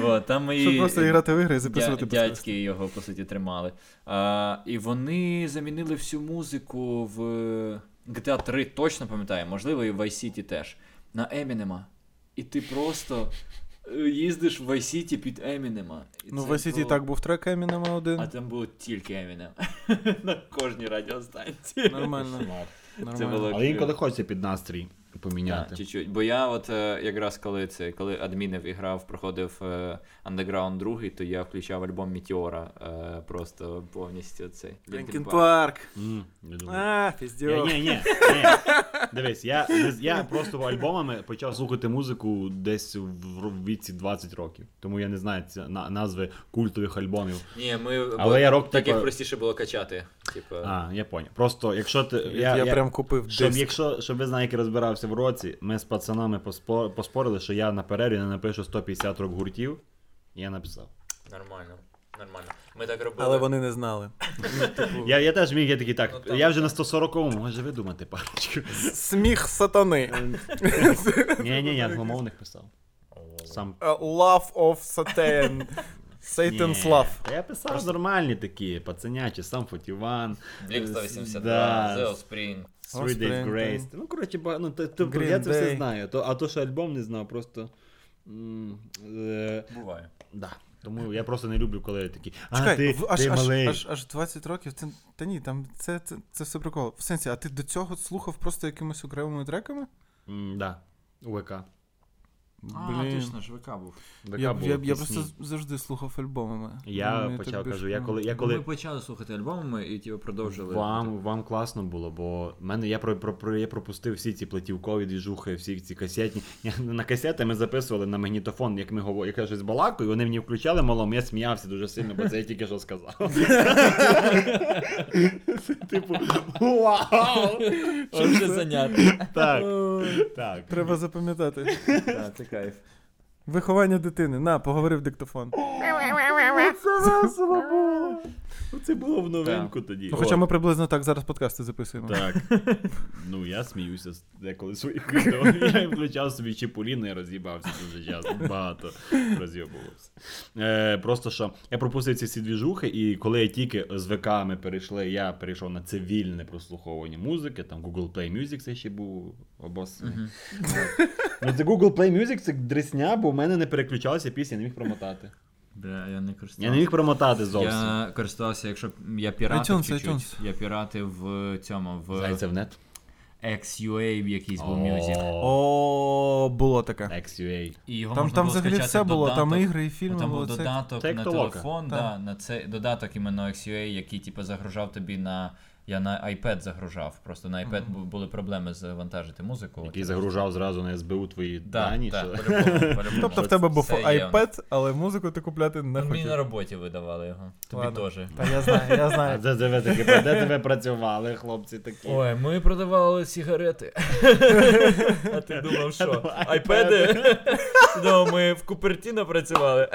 Вот, там мої Щоб просто грати в ігри і записувати дя- подкаст. дядьки його, по суті, тримали. А, і вони замінили всю музику в е, GTA 3, точно пам'ятаю, можливо, і в Vice City теж. На Емінема. І ти просто е, їздиш в Vice City під Емінема. І Ну, це в Vice City було- так був трек Eminem 1. А там було тільки Емінем. На кожній радіостанції. Нормально. Це Нормально. було Але інколи хочеться під настрій е. Так, поміняти. чуть-чуть. Бо я от е, якраз коли це, коли адмінив і грав, проходив е, Underground 2, то я включав альбом Метеора е, просто повністю цей. Лінкін Park. Парк. М, я думаю. А, Я, піздіо. ні, ні, ні. Дивись, я, я просто альбомами почав слухати музику десь в в віці 20 років. Тому я не знаю ці на, назви культових альбомів. Ні, ми Але я рок, так їх типа- простіше було качати. Типу, А, я поняв. Просто якщо ти. Я, я, прям купив Щоб, диск. якщо, щоб ви знали, як я розбирався в році, ми з пацанами поспо- поспорили, що я на перерві не напишу 150 рок гуртів. Я написав. нормально. Нормально. Ми так робили. Але вони не знали. Я, я теж міг, я такий так. Ну, там- я вже на 140-му, може ви думати парочку. Сміх сатани. ні, ні, я англомовних писав. Сам. Uh, Love of Satan. Satan's Ні. Love. Та Я писав нормальні такі, пацанячі, сам Фотіван, Блік 182, Тобто, Да. Зео Спрінг. Three Offspring, Days там. Grace. Ну, коротше, ба- ну, то, то, Green я це все Day. знаю. То, а то, що альбом не знав, просто. м, е, Буває. да. Тому я просто не люблю, коли такі. А, Чекай, ти, в- аж, ти аж, малий. аж, аж 20 років. Це, та ні, там це, це, це все прикол. В сенсі, а ти до цього слухав просто якимись окремими треками? М, да. У ВК. ж ВК був. ВК я, були я, я пісні. просто завжди слухав альбомами. Я Ну, і почав так більш, кажу, я ну, коли, я Ми коли почали слухати альбомами і типу, продовжили. вам, вам класно було, бо в мене я про, про, про- я пропустив всі ці платівкові двіжухи, всі ці касетні. Я- На касети ми записували на магнітофон, як ми говорили, як я щось балакаю, вони мені включали малом, я сміявся дуже сильно, бо це я тільки що сказав. Це Типу, вау! Щоб вже зайняти. Так, так. Треба запам'ятати. Так, це кайф. Виховання дитини. На, поговорив диктофон. wow, wow, wow, Це весело було. Ну, Це було в новинку тоді. Ну, хоча О, ми приблизно так зараз подкасти записуємо. Так. Ну, я сміюся з деколи своїх відео. Я включав собі Чіпуліни і роз'їбався дуже часто. Багато роз'єбувався. Е, просто що я пропустив ці всі двіжухи, і коли я тільки з ВК-ми перейшли, я перейшов на цивільне прослуховування музики, там Google Play Music це ще був обосний. Ну, це Google Play Music це дресня, бо в мене не переключалася пісня, я не міг промотати. Бля, я не користувався. Я не міг промотати зовсім. Я користувався, якщо б я піратив iTunes, чуть-чуть. iTunes. Я піратив в цьому, в Зайцев нет. XUA в якийсь був мюзик. О, було Е, таке. XUA. І його Там, можна там було взагалі скачати все було, там додаток. ігри і фільми там було. був Це... додаток Це як на толока. телефон, Так. да, на цей додаток іменно XUA, який типу, загружав тобі на. Я на iPad загружав. Просто на iPad бу- були проблеми завантажити музику. Який загружав зразу на СБУ твої Да, дані. да, що- по-любому, по-любому. ну, Тобто в тебе був Це є. iPad, але музику ти купляти не Ну, Мені на хотів. роботі видавали його. Тобі Ладно. теж. Та я знаю, я А знаю. де тебе таке, де тебе працювали, хлопці такі. Ой, ми продавали сигарети. А ти думав, що? Давай, Айпеди? Ну, ми в Купертіно працювали.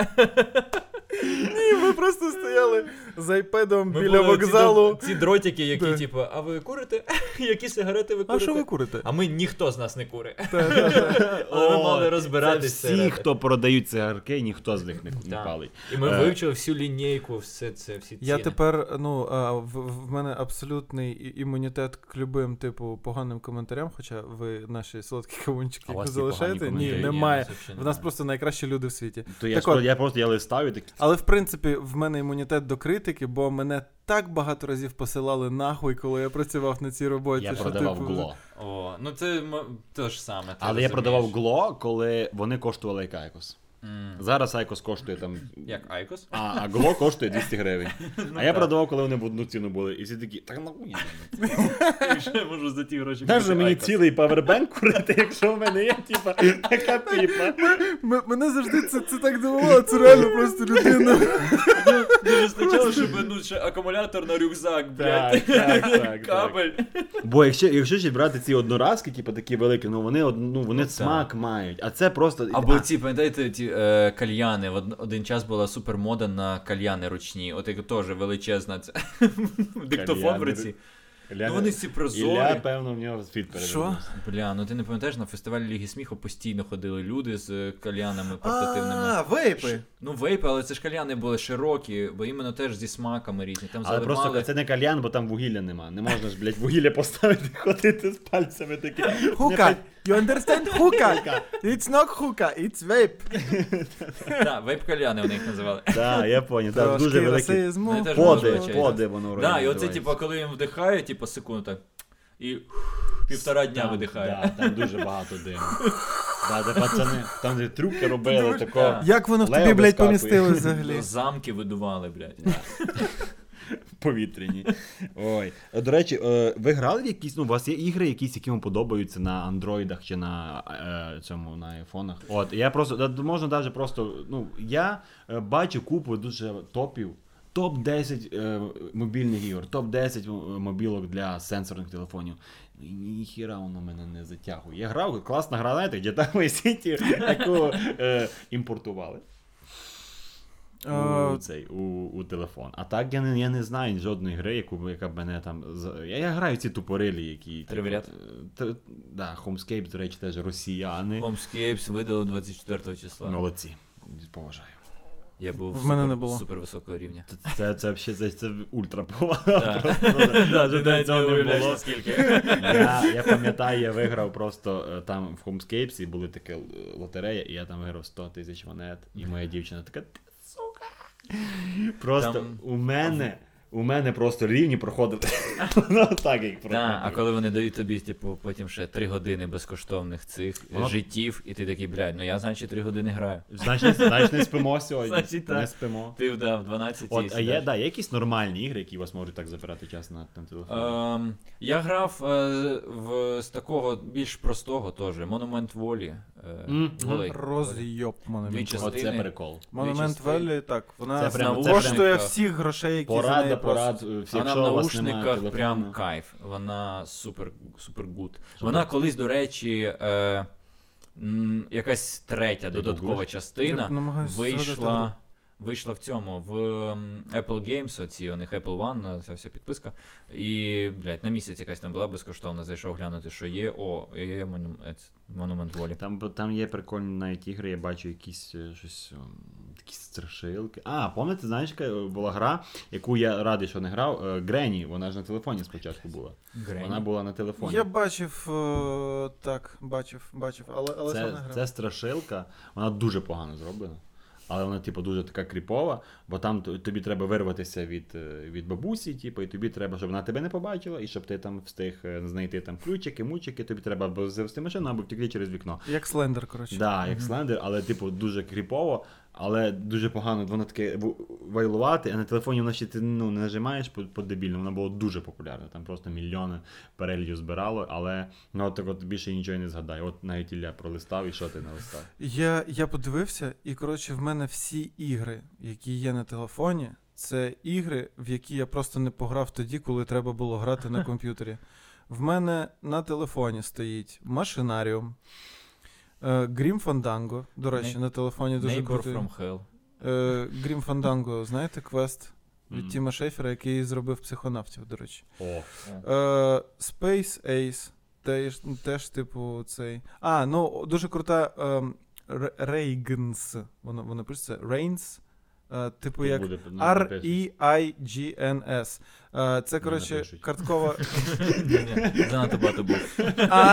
Ні, ми просто стояли з айпедом Ми біля були ці вокзалу. дро- Ці дротики, Да. які, типу, а ви курите? Які сигарети ви А що ви курите? курите? А ми ніхто з нас не курить. Та, та, та. Але ми О, мали Це розбиратися. всі, хто продають цигарки, ніхто з них не, не Так. палить. І ми Е. вивчили всю лінійку, все це, всі ціни. Я тепер, ну, а, в, в мене абсолютний і- імунітет к любим, типу, поганим коментарям, хоча ви наші солодкі А кавунчики у вас є залишаєте. погані Ні, коментарі? немає. Ні, взагалі В нас немає. просто найкращі люди в світі. То я, Так спро- от. я просто я листав і такий. Але в принципі в мене імунітет до критики, бо мене так багато разів посилали нахуй, коли я працював на цій роботі. Я що, продавав типу, гло. О, ну це м- те ж саме. ти Але я продавав розумієш. гло, коли вони коштували як Айкос. М. Зараз Айкос коштує там. Як Айкос? А, а гло коштує 200 гривень. Ну А я продавав, коли вони в одну ціну були. І всі такі, так нахуй. Я можу за ті гроші. Де ж мені цілий павербенк курити, якщо в мене є, типа, така піпа. М- мене завжди це, це так дивувало, це реально просто людина. Не вистачало, щоб ну, ще акумулятор на рюкзак, Так, блядь. так, так, так. Кабель. Бо якщо, якщо ще брати ці одноразки, типу такі великі, ну вони од- ну, вони Ну, смак мають, а це просто Або а, ці, пам'ятаєте, ті е, кальяни. В од- один час була супермода на кальяни ручні. От як теж величезна ця диктофон в Кальяни руці. Ілля, Ну вони всі Ілля, прозорі. певно, в нього світ перевернувся. Що? Бля, ну ти не пам'ятаєш, на фестивалі Ліги сміху постійно ходили люди з е, кальянами портативними. А, вейпи. Ну, вейпи, але це ж кальяни були широкі, бо іменно теж зі смаками різні. Там Але заливали... просто це не кальян, бо там вугілля нема. Не можна ж, блядь, вугілля поставити, ходити з пальцями такі. Хука. You understand хука? It's not хука, it's vape. Так, вейп-кальяни вони їх називали. Так, я поняв, там Трошки дуже великі расизму. Ну, це ж поди, визначає. поди воно вроді. Да, і оце, називається. типу, коли він вдихає, типу, секунду так. І півтора дня Там, видихає. да, Там дуже багато диму. Да, де пацани, там де трюки робили, да. тако Як воно в Лео тобі, блядь, вискакує. помістилось Ну, взагалі? Замки видували, блядь. повітряні. Ой. Е, До речі, е, ви грали в якісь, ну, у вас є ігри, якісь, які вам подобаються на андроїдах чи на е, цьому на айфонах. От, я просто да, можна навіть просто. Ну, я е, бачу купу дуже топів. Топ-10 е, мобільних ігор, топ-10 м- мобілок для сенсорних телефонів. Ну, і Ніхіра воно мене не затягує. Я грав, класна гра, знаєте, GTA Vice City, яку е, імпортували у, Е, цей, у, у телефон. А так я не, я не знаю жодної гри, яку, б- яка б мене там. за- Я, я граю ці тупорилі, які. Три в ряд? Та, да, Homescape, до речі, теж росіяни. Homescapes видали 24 числа. Молодці. Поважаю. Я був В мене супер- не було. супер високого рівня. Це, це, це, це, це, це ультра Да. повага. просто. Да, Це ти навіть цього не не уявляєш, було. наскільки. Я, я пам'ятаю, я виграв просто е, там в Homescapes і були таке л- лотерея, і я там виграв 100 тисяч монет, і моя дівчина така, ти сука. Просто Там- у мене. У мене просто рівні проходили. Воно так як Да, а проходить. коли вони дають тобі, типу, потім ще 3 години безкоштовних цих е, Воно- життів, і ти такий, блядь, ну я, значить, 3 години граю. Значить, значить, не спимо сьогодні. Значить, так. не спимо. Ти вдав 12 і От, а є, сідаєш. да, є якісь нормальні ігри, які у вас можуть так забирати час на, на телефон. Ем, я грав е, в, з такого більш простого теж. Монумент волі. Е, Мгм. волей. Розйоб монумент. Двічі Волі. Оце частини. прикол. Монумент Дві частини. Веллі, так, вона Це прям- з- це коштує прям- всіх грошей, які за неї Порада, просять. порад, е, всі, Вона в якщо у вас немає наушниках телефону. прям кайф. Вона супер, супер гуд. Вона колись, до речі, е, м, якась третя Ти додаткова гуглиш? Я частина намагаюсь згадати. вийшла. вийшла в цьому в м, Apple Games, оці у них Apple One, ця вся підписка. І, блядь, на місяць якась там була безкоштовна, зайшов глянути, що є. О, є монум- е, ц- монумент волі. Там, бо- там є прикольні навіть ігри, я бачу якісь е, щось, ем, такі страшилки. А, пам'ятаєте, знаєш, яка е, була гра, яку я радий, що не грав. е, Грені, вона ж на телефоні спочатку була. Вона Грені. була на телефоні. Я бачив, е, так, бачив, бачив, але, але сам не Це, грав. це страшилка, вона дуже погано зроблена. Але вона, типу, дуже така кріпова, бо там т- тобі треба вирватися від, е, від бабусі, типу, і тобі треба, щоб вона тебе не побачила, і щоб ти там встиг е, знайти там ключики, мучики, тобі треба або завести машину, або втекти через вікно. Як Слендер, коротше. Да, як слендер, але типу дуже кріпово, але дуже погано. Воно таке в- вайлувати, а на телефоні воно ще ти ну, не нажимаєш по, по дебільному. Воно було дуже популярне. Там просто мільйони переглядів збирало, але ну от так от більше нічого й не згадаю. От навіть Ілля пролистав і що ти налистав? Я, я подивився, і коротше, в мене всі ігри, які є на телефоні, це ігри, в які я просто не пограв тоді, коли треба було грати на комп'ютері. В мене на телефоні стоїть Машинаріум, е, Grim Fandango, до речі, Не- на телефоні дуже Neighbor крутий. from Hell. Е, Grim Fandango, знаєте, квест від Мгм. Тіма Шефера, який зробив психонавтів, до речі. О, Е, Space Ace. Теж, теж, типу, цей. А, ну, дуже крута ем, Р- Reigns. Воно, воно пишеться Reigns. Е, типу, тут як E буде, ну, написано. R-E-I-G-N-S. Е, це, Не коротше, напишуть. карткова. Ні-ні, Занадто багато був.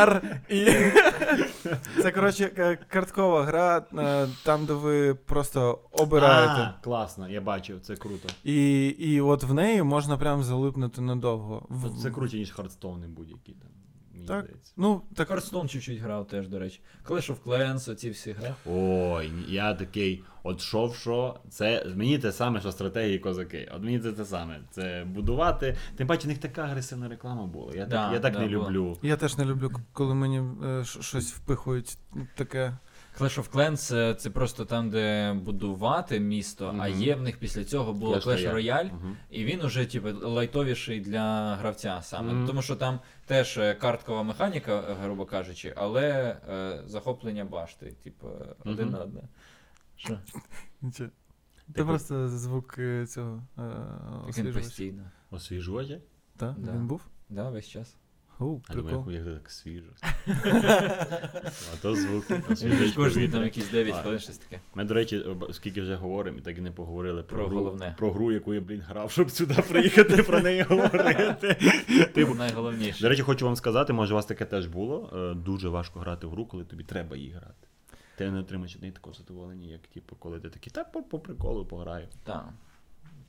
R і... Це, коротше, к- карткова гра, е, там, де ви просто обираєте. А, класно, я бачив, це круто. І, і от в неї можна прям залипнути надовго. В- Це круче, ніж хардстоуни будь-які там. Мені Так. здається. Ну, так Hearthstone чуть-чуть грав теж, до речі. Clash of Clans, оці всі гри. Ой, ні, я такий, от що в що, це мені те саме, що стратегії козаки. От мені це те саме. Це будувати. Тим паче, в них така агресивна реклама була. Я Да, так, я так да, не була. люблю. Я теж не люблю, к- коли мені е, щ- щось впихують ну, таке. Clash of Clans е, це просто там, де будувати місто, а Мгм. є в них після цього було Clash Clash Royale. Royale, Мгм. і він уже типу, лайтовіший для гравця саме. Мгм. Тому що там теж е, карткова механіка, е, грубо кажучи, але е, захоплення башти, типу, е, один Мгм. на одне. Що? Це Типу- просто звук е, цього е, Він освіжувача. постійно. Освіжувачі? Так, Да. він був? Да, весь час. О, А думаю, прикол. як- як ти так свіжо. А то звуки. освіжить Кожен повітря. там якісь 9 Ладно. хвилин, щось таке. Ми, до речі, об- скільки вже говоримо, і так і не поговорили про, Про гру, головне. про гру, яку я, блін, грав, щоб сюди приїхати про неї говорити. Типу, Найголовніше. До речі, хочу вам сказати, може, у вас таке теж було. е, Дуже важко грати в гру, коли тобі треба її грати. Ти не отримаєш від неї такого задоволення, як типу, коли ти такий, та по, по приколу пограю. Так.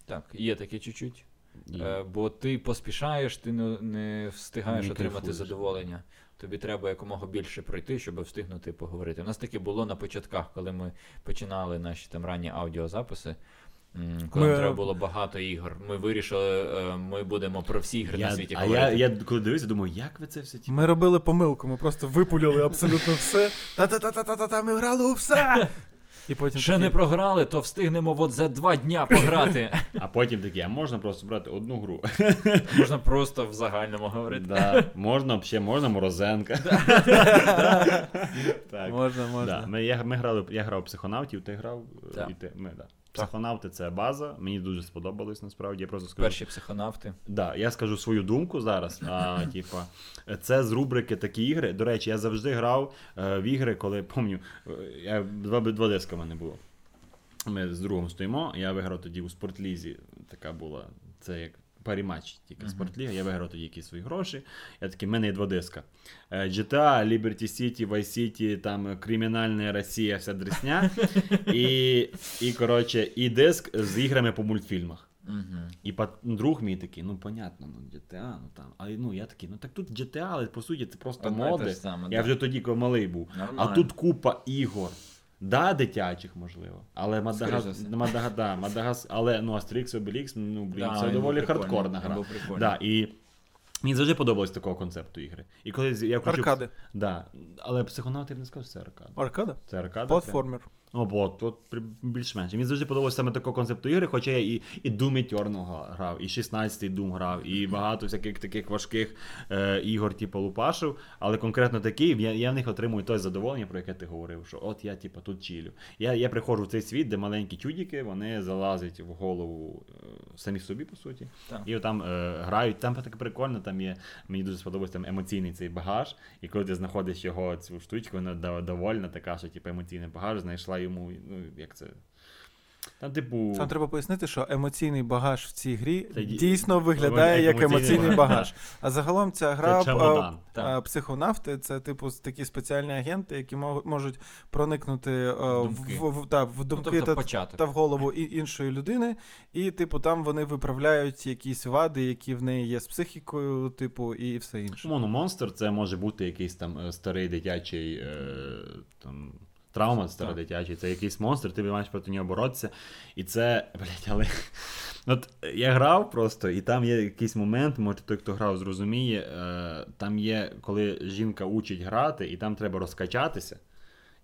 Так, є таке чуть-чуть. І... Е, бо ти поспішаєш, ти не, не встигаєш Не отримати кайфуєш. задоволення. Тобі треба якомога більше пройти, щоб встигнути поговорити. У нас таке було на початках, коли ми починали наші там ранні аудіозаписи. м, Коли Ми- нам треба було багато ігор. Ми вирішили, е, ми будемо про всі ігри на Я, світі а я, говорити. я коли дивився, думаю, як ви це все ті. Ми робили помилку, ми просто випуляли абсолютно все. Та-та-та-та-та-та, ми грали у все. І потім Ще такі, не програли, то встигнемо от за два дня пограти. А потім такі, а можна просто брати одну гру. Можна просто в загальному говорити. да, можна ще можна Морозенка. так. можна, Да, можна. ми, я, ми грали, я грав психонавтів, ти грав е, Так. і ти. Ми, да. Психонавти це база, мені дуже сподобалось насправді. Я просто скажу, Перші психонавти. Ну, Да, я скажу свою думку зараз. А, типа, це з рубрики такі ігри. До речі, я завжди грав е, в ігри, коли пам'ятаю, е, я два, два диска в мене було. Ми з другом стоїмо. Я виграв тоді у спортлізі. Така була. Це як парі-матч, тільки спортліга. Я виграв тоді якісь свої гроші. Я такий, в мене є два диска. Е, GTA, Liberty City, Vice City, там е, кримінальна Росія, вся дресня. І, і коротше, і диск з іграми по мультфільмах. Угу. І пат... друг мій такий, ну понятно, ну GTA, ну там. А ну я такий, ну так тут GTA, але по суті це просто Одне й те ж моди. саме, я да. вже тоді коли малий був. Нормально. А тут купа ігор. Да, дитячих, можливо. Але Скоріше Мадагас... за все. Мадага... да, Мадагас... але ну, Астрікс, Обелікс, ну блін, Да, це він доволі був прикольний, хардкорна він гра. був прикольний. Да, і... Мені завжди подобалось такого концепту ігри. І коли з- я включив... Аркади. Да. Але психонавт я б не сказав, що це аркада. Аркада? Це аркада. це- Платформер. Ну, бо тут при- більш-менш. Мені завжди подобалося саме такого концепту ігри, хоча я і, і Doom Eternal га- грав, і 16-й Doom грав, і багато всяких таких важких е, ігор, типу Лупашев. Але конкретно такий, я, я в них отримую те задоволення, про яке ти говорив, що от я, типу, тут чілю. Я, я приходжу в цей світ, де маленькі чудіки, вони залазять в голову е, самі собі, по суті. Так. І там е, грають, там так прикольно, там є, мені дуже сподобався там емоційний цей багаж, і коли ти знаходиш його цю штучку, вона дов- довольна така, що типу, емоційний багаж, знайшла йому, ну, як це. Там, типу. Там треба пояснити, що емоційний багаж в цій грі Це ді- дійсно виглядає як емоційний багаж. А загалом ця гра е, Це чемодан. а, Так. а, психонавти це типу з- такі спеціальні агенти, які мо- можуть проникнути е, Думки. в, в, та, в Ну, думки тобто та, початок. та в голову і- іншої людини. І, типу, там вони виправляють якісь вади, які в неї є з психікою, типу, і все інше. Чому ну, монстр це може бути якийсь там е, старий дитячий е, там, травма стара Так. дитячий, це якийсь монстр, ти маєш проти нього боротися. І це, блядь, але. От е, я грав просто, і там є якийсь момент, може той, хто грав, зрозуміє. Е, там є, коли жінка учить грати, і там треба розкачатися.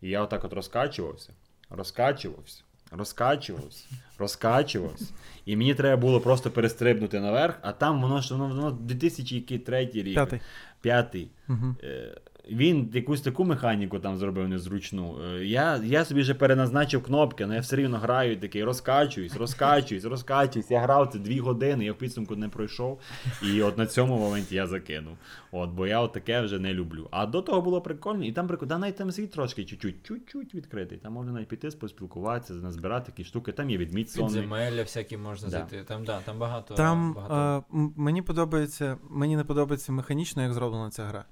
І я отак от розкачувався, розкачувався, розкачувався, розкачувався. І мені треба було просто перестрибнути наверх, а там воно ж воно, воно 2003 рік, П'ятий. п'ятий. Угу. Е, Він якусь таку механіку там зробив незручну. Е, Я, я собі вже переназначив кнопки, але я все рівно граю і такий розкачуюсь, розкачуюсь, розкачуюсь. Я грав це дві години, я в підсумку не пройшов. І от на цьому моменті я закинув. От, бо я от таке вже не люблю. А до того було прикольно, і там прикольно, да, навіть там світ трошки чуть-чуть, чуть-чуть відкритий. Там можна навіть піти, поспілкуватися, назбирати такі штуки. Там є відміт сонний. Підземелля всякі можна Да. зайти. Там, да, там багато. Там багато. е, м- мені подобається, мені не подобається механічно, як зроблена ця гра,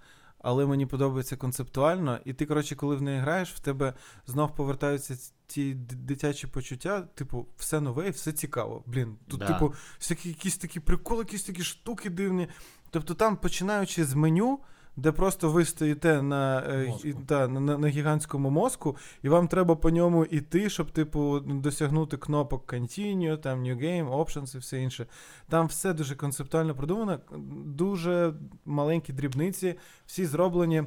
але мені подобається концептуально. І ти, коротше, коли в неї граєш, в тебе знов повертаються ц- ті д- дитячі почуття, типу, все нове і все цікаво. Блін, тут, Да. типу, всякі якісь такі приколи, якісь такі штуки дивні. Тобто там, починаючи з меню. Де просто ви стоїте на, е, Мозку. і- та, на, на, на гігантському мозку, і вам треба по ньому іти, щоб, типу, досягнути кнопок Continue, там New Game, Options і все інше. Там все дуже концептуально продумано, дуже маленькі дрібниці, всі зроблені.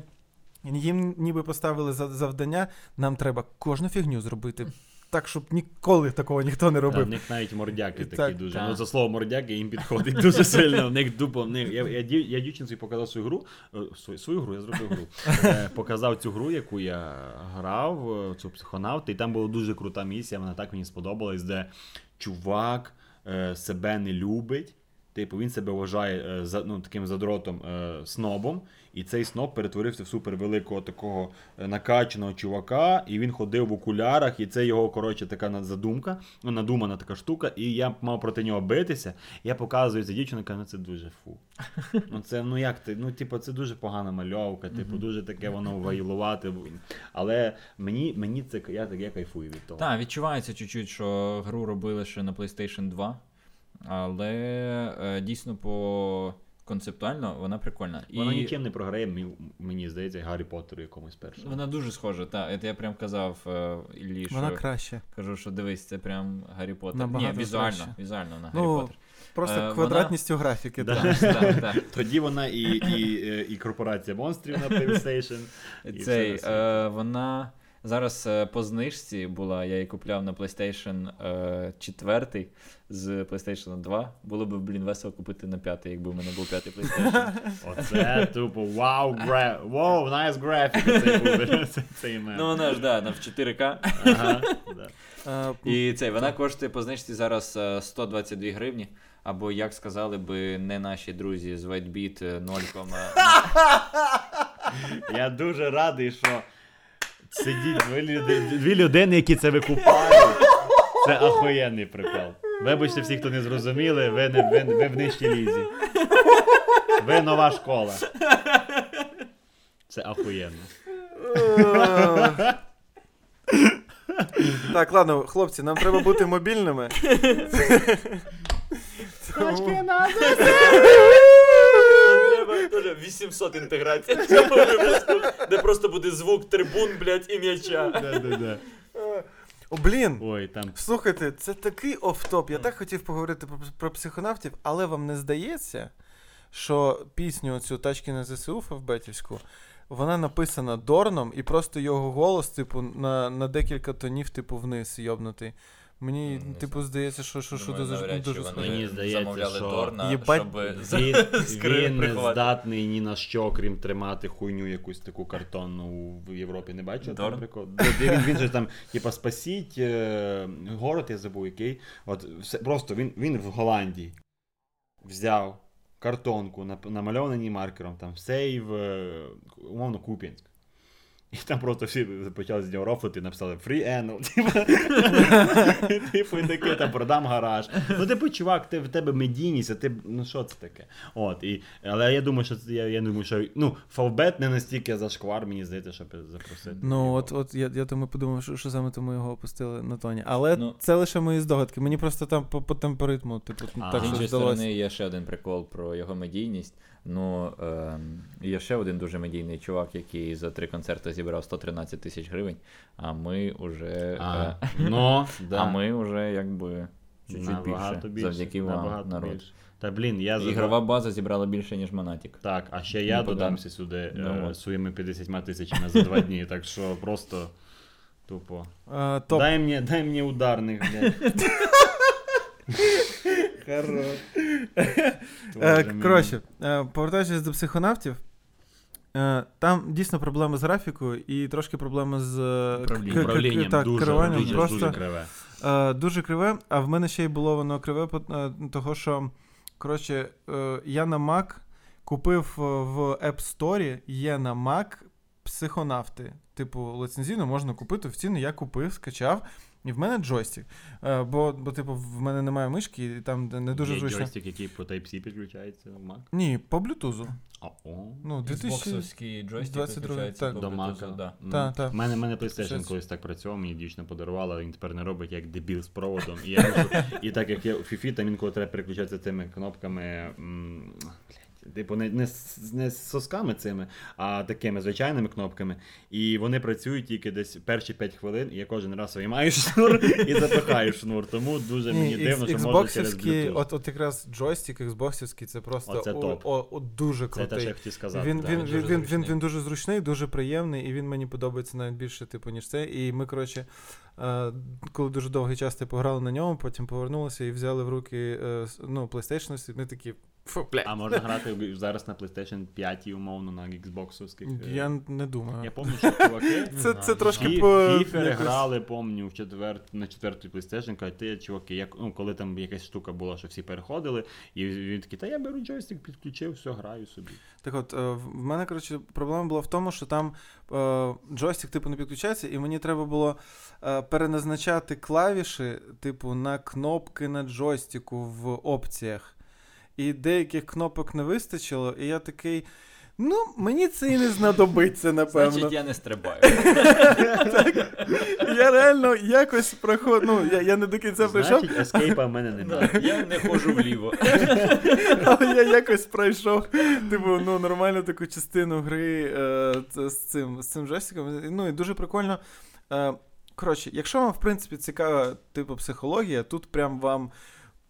Їм ніби поставили за- завдання, нам треба кожну фігню зробити. Так, щоб ніколи такого ніхто не Та, ну, в робив. них навіть мордяки такі Так, дуже. та. Ну, за слово мордяки їм підходить дуже сильно. В них дупо. В них. Я, я, дів- я дівчинці показав свою гру. е, Свою, свою гру, я зробив гру. Е, Показав цю гру, яку я грав, е, цю психонавти, і там була дуже крута місія, вона так мені сподобалась, де чувак е, себе не любить. Типу, він себе вважає е, за, ну, таким задротом е, снобом, і цей сноб перетворився в супервеликого такого е, накачаного чувака, і він ходив в окулярах, і це його, коротше, така на- задумка, ну, надумана така штука, і я мав проти нього битися. Я показую це дівчина, каже, ну це дуже фу. Ну це ну як ти? Ну, типу, це дуже погана мальовка, типу, дуже таке воно вайлувати. Але мені, мені це я, так- я кайфую від того. Так, відчувається чуть-чуть, що гру робили ще на PlayStation 2, але е, дійсно по концептуально вона прикольна. Вона нічим не програє, мені- мені здається, Гаррі Поттеру якомусь першому. Вона дуже схожа, так. Я прям казав е, Іллі, що Вона краще. кажу, що дивись, це прям Гаррі Поттер. Ні, Набагато візуально, краще. візуально на Гаррі Ну, Поттер. Просто Е, вона- квадратністю графіки. Да. Да. Так, так, так. Тоді вона і, і, е, і корпорація монстрів на PlayStation. І все на Цей, світі. е, вона зараз е, по знижці була, я її купляв на PlayStation е, 4 з PlayStation 2. Було б, блін, весело купити на 5, якби в мене був 5 PlayStation. Оце тупо вау, гра... вау, найс графік. Це був це- цей мем. ну, вона ж, да, на в 4К. Ага, да. Е, І цей, вона коштує по знижці зараз е, 122 гривні. Або, як сказали би, не наші друзі з Whitebeat е, 0, Я дуже радий, що сидіть дві людини, дві людини які це викупають. Це ахуєнний прикол. Вибачте всі, хто не зрозуміли, ви, не, ви, ви в нижчій лізі. Ви нова школа. Це ахуєнно. Так, ладно, хлопці, нам треба бути мобільними. Тому- Треба дуже 800 інтеграцій в цьому випуску, де просто буде звук трибун, блядь, і м'яча. Да-да-да. О, блін. Ой, там Слухайте, це такий офтоп. Я так хотів поговорити про, про психонавтів, але вам не здається, що пісню цю тачки на ЗСУ Фавбетівську вона написана Дорном, і просто його голос, типу, на, на декілька тонів, типу, вниз йобнутий. Мені, М, Ну, не типу, здається, що, що, що Думаю, дуже, навряд чи дуже вони схоже. Мені здається, замовляли що Дорна, їбать, щоб з- Він, скри- він не приховати. здатний ні на що, окрім тримати хуйню якусь таку картонну в Європі. Не бачив? Дорн? Там прикол. Де- де Він, він же там, типа, спасіть е, город, я забув який. От все просто він, він в Голландії взяв картонку, нап- намальований маркером, там сейв, е, умовно, Куп'янськ. І там просто всі почали з нього рофлити і написали Free Animal. Типу, Типу, і таке, там продам гараж. Ну, типу, чувак, ти в тебе медійність, а ти. Ну що це таке? От, і, але я думаю, що це- я, я думаю, що ну, фавбет не настільки зашквар, мені здається, щоб запросити. Ну, от, от я, я тому подумав, що, що саме тому його опустили на тоні. Але Ну. це лише мої здогадки. Мені просто там по, по темперитму, типу, А, так З що іншої здалося. сторони, є ще один прикол про його медійність. Ну, ем, є ще один дуже медійний чувак, який за три концерти зібрав 113 тисяч гривень, а ми уже. а, е, ну, да. а ми вже якби чуть-чуть більше, Набагато завдяки вам, набагато народ. більше. Та блін, я за Ігрова база зібрала більше, ніж Монатік. Так, а ще Ну, я подам. додамся сюди Ну, е, от. своїми 50 тисячами за два дні, так що просто тупо. А, Е, топ. Дай мне, дай мне ударных, блядь. Хорош. Е, Боже мій. коротше, е, повертаючись до психонавтів, е, там дійсно проблеми з графікою і трошки проблеми з е, к- Управлінням. к- к- Управлінням так, дуже, керуванням. дуже, просто дуже криве. Е, дуже криве, а в мене ще й було воно криве, по- е, того що коротше, е, я на Mac купив е, в App Store, є на Mac психонавти. Типу, лицензійно можна купити в ціну, я купив, скачав. І в мене джойстик. Е, бо, бо, типу, в мене немає мишки, і там не дуже Є зручно. джойстик, який по Type-C підключається в Mac. Ні, по блютузу. А, о. Ну, 2000... Боксовський джойстик 22-й, підключається так. по До Bluetooth, Mac. Тобто да. Мгм. Та, та. В мене, в мене Щось. PlayStation колись так працював, мені дівчина подарувала, але він тепер не робить як дебіл з проводом. І, я можу, і так як я у Фіфі, там інколи треба переключатися тими кнопками. м, блядь, Типу, не, не, з- не з сосками цими, а такими звичайними кнопками. І вони працюють тільки десь перші 5 хвилин, і я кожен раз виймаю шнур і запихаю шнур. Тому дуже мені Ні, дивно, ікс- що можна через іксбоксівські, Bluetooth. от, от якраз джойстик іксбоксівський, це просто Оце о, топ. О, о, дуже Це те, крутий. що я хотів сказати. він, да. він, дуже він, він, він, зручний. він дуже зручний, дуже приємний, і він мені подобається навіть більше, типу, ніж це. І ми, коротше, е, коли дуже довгий час типу, грали на ньому, потім повернулися і взяли в руки е, с- ну, PlayStation, і ми такі. Фу, бля. А можна грати в- зараз на PlayStation 5 і умовно на Xbox. Я не думаю. Я пам'ятаю, що чуваки. Це, це трошки Фі- по. Фіфери якось- грали, помню, в четвер... на четвертій PlayStation, кажуть, ти, чуваки, як... ну, коли там якась штука була, що всі переходили, і він такий, та я беру джойстик, підключив, все, граю собі. Так от, е, в в мене, коротше, проблема була в тому, що там е, джойстик, типу, не підключається, і мені треба було е, переназначати клавіші, типу, на кнопки на джойстику в опціях. І деяких кнопок не вистачило, і я такий. Ну, мені це і не знадобиться, напевно. Значить, я не стрибаю. я... реально якось проход... Ну, я, я не до кінця прийшов, Значить, ескейпа в мене немає. Да, Я не ходжу вліво. Але я якось пройшов, типу, ну, нормальну таку частину гри е, це, з цим, з цим жестиком. Ну і дуже прикольно. Е, коротше, якщо вам, в принципі, цікава, типу, психологія, тут прям вам.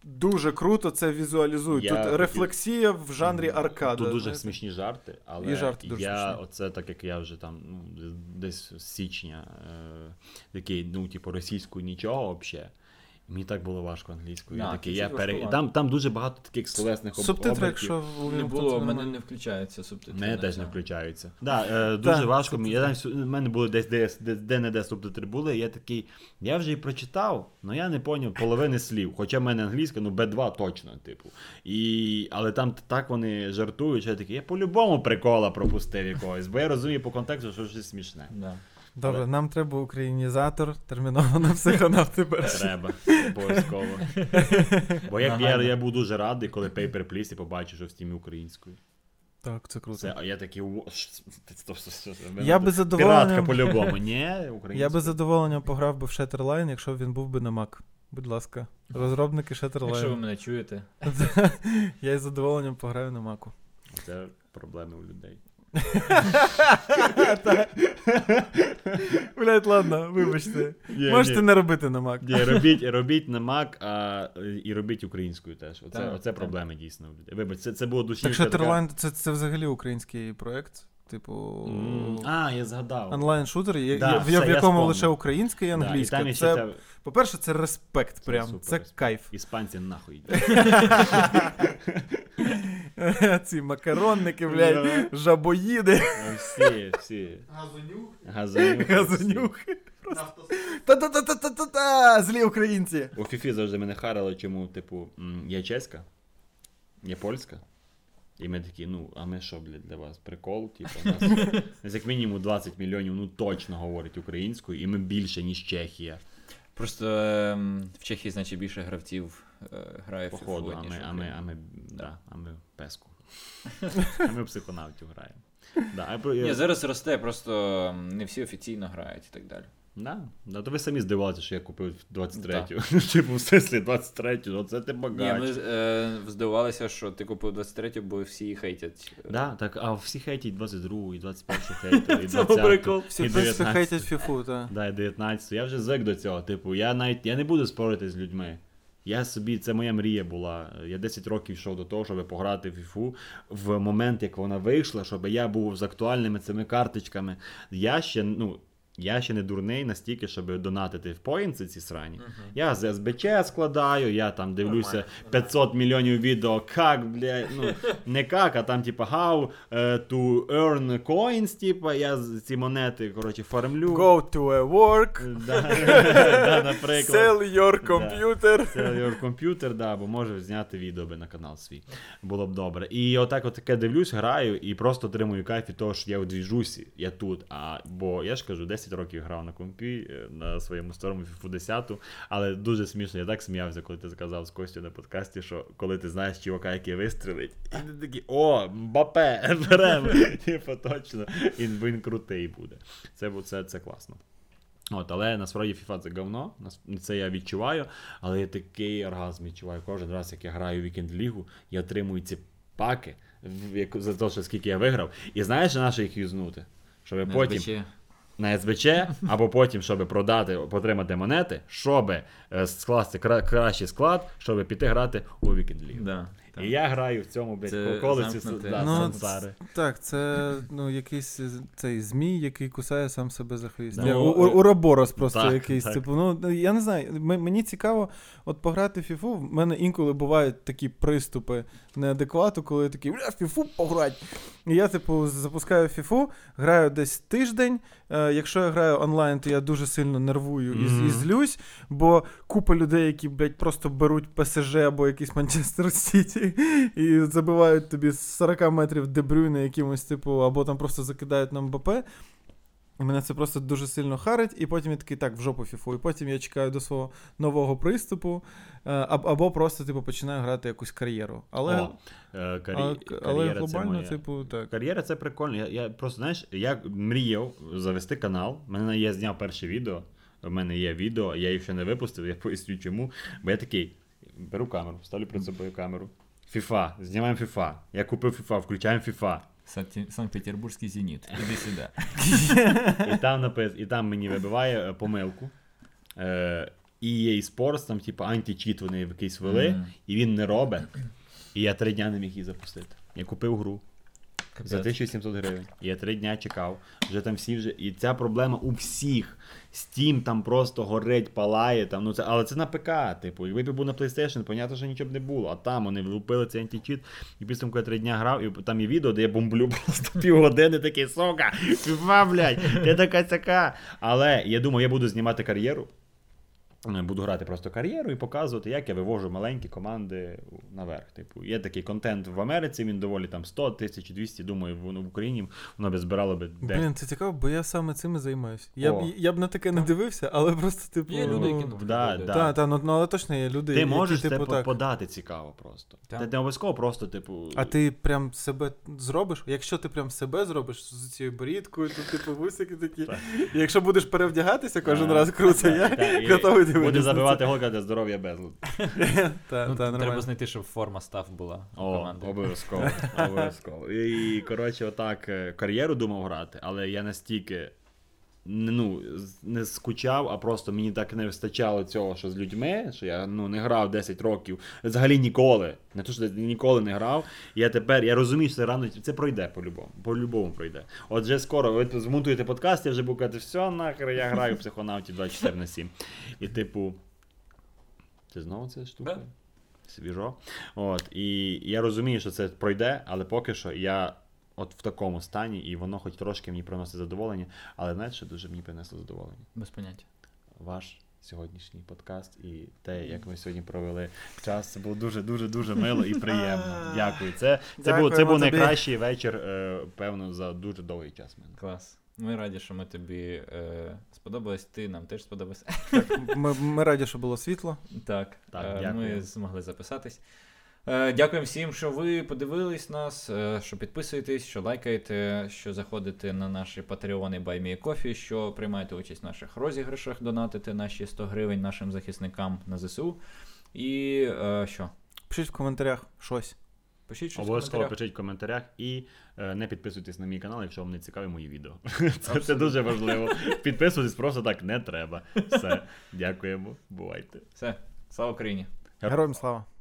Дуже круто це візуалізують. Я Тут хотів- рефлексія в жанрі аркада. Тут дуже знаєте. смішні жарти, але І жарти дуже я смішні. оце так як я вже там ну, десь з січня е, такий, ну, типу, російською нічого взагалі. Мені так було важко англійською. Я Да, такий, це я пере... важкувато. там, там дуже багато таких словесних об- Субтитри, обертів. якщо в Не було, в мене не включається субтитри. Мене на теж не цьому. включаються. Да, е, дуже Так, важко. це- мені- Я там сю- в мене були десь де, де, де не де субтитри були. і Я такий, я вже і прочитав, але я не поняв половини слів. Хоча в мене англійська, ну Б2 точно, типу. І, але там так вони жартують, що я такий, я по-любому прикола пропустив якогось, бо я розумію по контексту, що щось смішне. Да. Добре, нам треба українізатор, терміново на психонавти перші. Треба обов'язково. Бо як я, Нагально. я буду дуже радий, коли Paper Please і побачу, що в стімі українською. Так, це круто. Це, а я такий, «О, ш- стоп, стоп, стоп, стоп, мене Я би Піратка задоволенням. по-любому. Ні, українська. Я би з задоволенням пограв би в Shatterline, якщо б він був би на Mac. Будь ласка, розробники Якщо ви Shatterline. мене чуєте, Я із задоволенням пограю на Маку. Це проблеми у людей. Блять, ладно, вибачте. Можете не робити на Мак. Ні, робіть, робіть на Mac, а і робіть українською теж. Оце, Так, оце так. проблеми дійсно у людей. Вибач, це, це було Так душнівка. така- Shatterline це, це взагалі український проект. типу. М, А, я згадав. Онлайн-шутер, я- Да, я- все, я в я якому вспомнив. лише українська і Да, і англійська. там ще це, та По-перше, це респект, прям. Це, супер респект. кайф. іспанці нахуй йдуть. Ці макаронники, блядь, Да. жабоїди, А Ну, Всі, всі. Газонюк, Газанюк. газонюхи. нафтос... Та-та-та-та-та-та! Злі українці! У Фіфі завжди мене харило, чому, типу, м, я чеська, я польська. І ми такі, ну, а ми що, блядь, для вас? Прикол, типу, у нас, у нас як мінімум 20 мільйонів, ну точно говорить українською, і ми більше, ніж Чехія. Просто ем, в Чехії, значить, більше гравців е, грає в Походу, а футбол, ніж ми, в а ми, Україні. а ми, да, а ми в песку. А ми в психонавтів граємо. Да, а про- Ні, зараз росте, просто ем, не всі офіційно грають і так далі. Да, да, то ви самі здивувалися, що я купив 23-ю. Типу, в сенсі 23-ю, ну це ти Ні, багач. ми е, здивувалися, що ти купив 23, бо всі її хейтять. Да, так, а всі хейтять 22-у, і 21-у хейтять, і 20-у. Це був прикол. Всі І просто 19. хейтять фіфу, та. Да, і 19. Я вже звик до цього. Типу, я навіть я не буду спорити з людьми. Я собі, це моя мрія була. Я 10 років йшов до того, щоб пограти в FIFA в момент, як вона вийшла, щоб я був з актуальними цими карточками. Я ще, ну. Я ще не дурний настільки, щоб донатити в поінці ці срані. Я з СБЧ складаю, я там дивлюся 500 мільйонів відео, как, бля, ну не как, а там, типа, how е, to earn coins, типа, я з- ці монети, коротше, фармлю. Go to a work, Да, да, наприклад. sell your computer. Це комп'ютер, да, бо може зняти відео би на канал свій. Було б добре. І отак от таке дивлюсь, граю і просто отримую кайф від того, що я у двіжусі, я тут. А, бо я ж кажу, 10 років грав на компі е, на своєму старому FIFA 10, але дуже смішно, я так сміявся, коли ти сказав з Костю на подкасті, що коли ти знаєш чувака, який вистрілить, і ти такий, о, Мбапе, беремо. Типу, точно, і він крутий буде. Це, бу- це, це класно. От, але насправді FIFA це говно, нас- це я відчуваю, але я такий оргазм відчуваю кожен раз, як я граю в вікенд лігу, я отримую ці паки в- як- за те, що скільки я виграв. І знаєш, на що їх юзнути? Щоб На потім СБЧ. на СБЧ, або потім, щоб продати, потримати монети, щоб е, скласти кра- кращий склад, щоб піти грати у вікенд лігу. Да, так. І я граю в цьому, Це блядь, колесі замкнуте. да, Ну, сансари. Так, це ну, якийсь е, цей змій, який кусає сам себе за хвіст. Ну, Ну, е, Уроборос просто так, якийсь. так. Типу, ну ну, я не знаю. м- мені цікаво, от пограти в фіфу. В мене інколи бувають такі приступи неадеквату, коли я такий бля, в фіфу пограть. І я, типу, запускаю фіфу, граю десь тиждень. Е, якщо я граю онлайн, то я дуже сильно нервую і, з- і Мгм. злюсь, бо купа людей, які, блядь, просто беруть ПСЖ або якийсь Манчестер Сіті і забивають тобі з 40 метрів дебрюйна якимось, типу, або там просто закидають нам БП. Мене це просто дуже сильно харить, і потім я такий так в жопу фіфу. І потім я чекаю до свого нового приступу, е, аб- або просто типу починаю грати якусь кар'єру. Але, О, е, карі- а- але кар'єра це глобально, моя. типу, так. Кар'єра це прикольно. Я, я просто знаєш, я мріяв завести канал. У Мене я зняв перше відео. У мене є відео, я їх ще не випустив, я поясню чому. Бо я такий: беру камеру, ставлю перед собою камеру. Фіфа, знімаємо фіфа. Я купив фіфа, включаємо фіфа. Санкт- Санкт-Петербурзький зеніт. Іди сюди. І там напис, і там мені вибиває е, помилку. Е, і eSports, там, типу, античіт вони якийсь вели, Мгм. і він не робить. І я три дня не міг її запустити. Я купив гру. За 1700 гривень. Я три дня чекав. Вже там всі вже. І ця проблема у всіх. Steam там просто горить, палає. Там, ну, це... Але це на ПК, типу. Якби ти був на PlayStation, понятно, що нічого б не було. А там вони влупили цей античіт, і підсумку я три дня грав, і там є відео, де я бомблю просто півгодини, такий сука, фіфа, блядь, ти така цяка. Але я думав, я буду знімати кар'єру. Е, Буду грати просто кар'єру і показувати, як я вивожу маленькі команди у- наверх. Типу, є такий контент в Америці, він доволі там 100, 1200, думаю, воно в Україні воно би збирало би Блін, це цікаво, бо я саме цим і займаюся. Я б О. я б на таке не дивився, але просто типу. Є люди, які ну, ну, да, люди. да. та, та, ну, ну, але точно є люди, Ти які, можеш типу, це по- так. подати цікаво просто. Так. Та не обов'язково просто, типу. А ти прям себе зробиш? Якщо ти прям себе зробиш з цією борідкою, то типу вусики такі. І Якщо будеш перевдягатися кожен Та, раз круто, та, я та, і готовий дивитися. Буде на забивати голка для здоров'я безлад. це. Та, та, Ну, треба нормально. знайти, щоб форма став була у О, команди. обов'язково, обов'язково. І, коротше, отак е, кар'єру думав грати, але я настільки не- ну, з- не скучав, а просто мені так не вистачало цього, що з людьми, що я ну, не грав 10 років, взагалі ніколи. Не то, що ніколи не грав. Я тепер, я розумію, що це рано це пройде по-любому. По-любому пройде. От вже скоро ви змонтуєте подкаст, я вже буду казати, все, нахер, я граю в психонавті 24 на 7. І типу. Це знову ця штука? Да. Свіжо. От, і я розумію, що це пройде, але поки що я от в такому стані, і воно хоч трошки мені приносить задоволення, але знаєте, що дуже мені принесло задоволення? Без поняття. Ваш сьогоднішній подкаст і те, як ми сьогодні провели час, це було дуже, дуже, дуже мило і приємно. Дякую. Це, це, був, це Дякуємо був тобі. найкращий вечір, е, певно, за дуже довгий час. в Мене. Клас. Ми раді, що ми тобі е, сподобалось, ти нам теж сподобався. Ми, ми раді, що було світло. Так, Так, е, дякую. ми змогли записатись. Е, Дякуємо всім, що ви подивились нас, е, що підписуєтесь, що лайкаєте, що заходите на наші патреони Buy Кофі, що приймаєте участь в наших розіграшах, донатите наші 100 гривень нашим захисникам на ЗСУ. І е, що? Пишіть в коментарях щось. Пишіть щось в Обов'язково коментарях. пишіть в коментарях і е, не підписуйтесь на мій канал, якщо вам не цікаві мої відео. Це, це дуже важливо. Підписуйтесь просто так не треба. Все, дякуємо, бувайте. Все, слава Україні! Героям слава!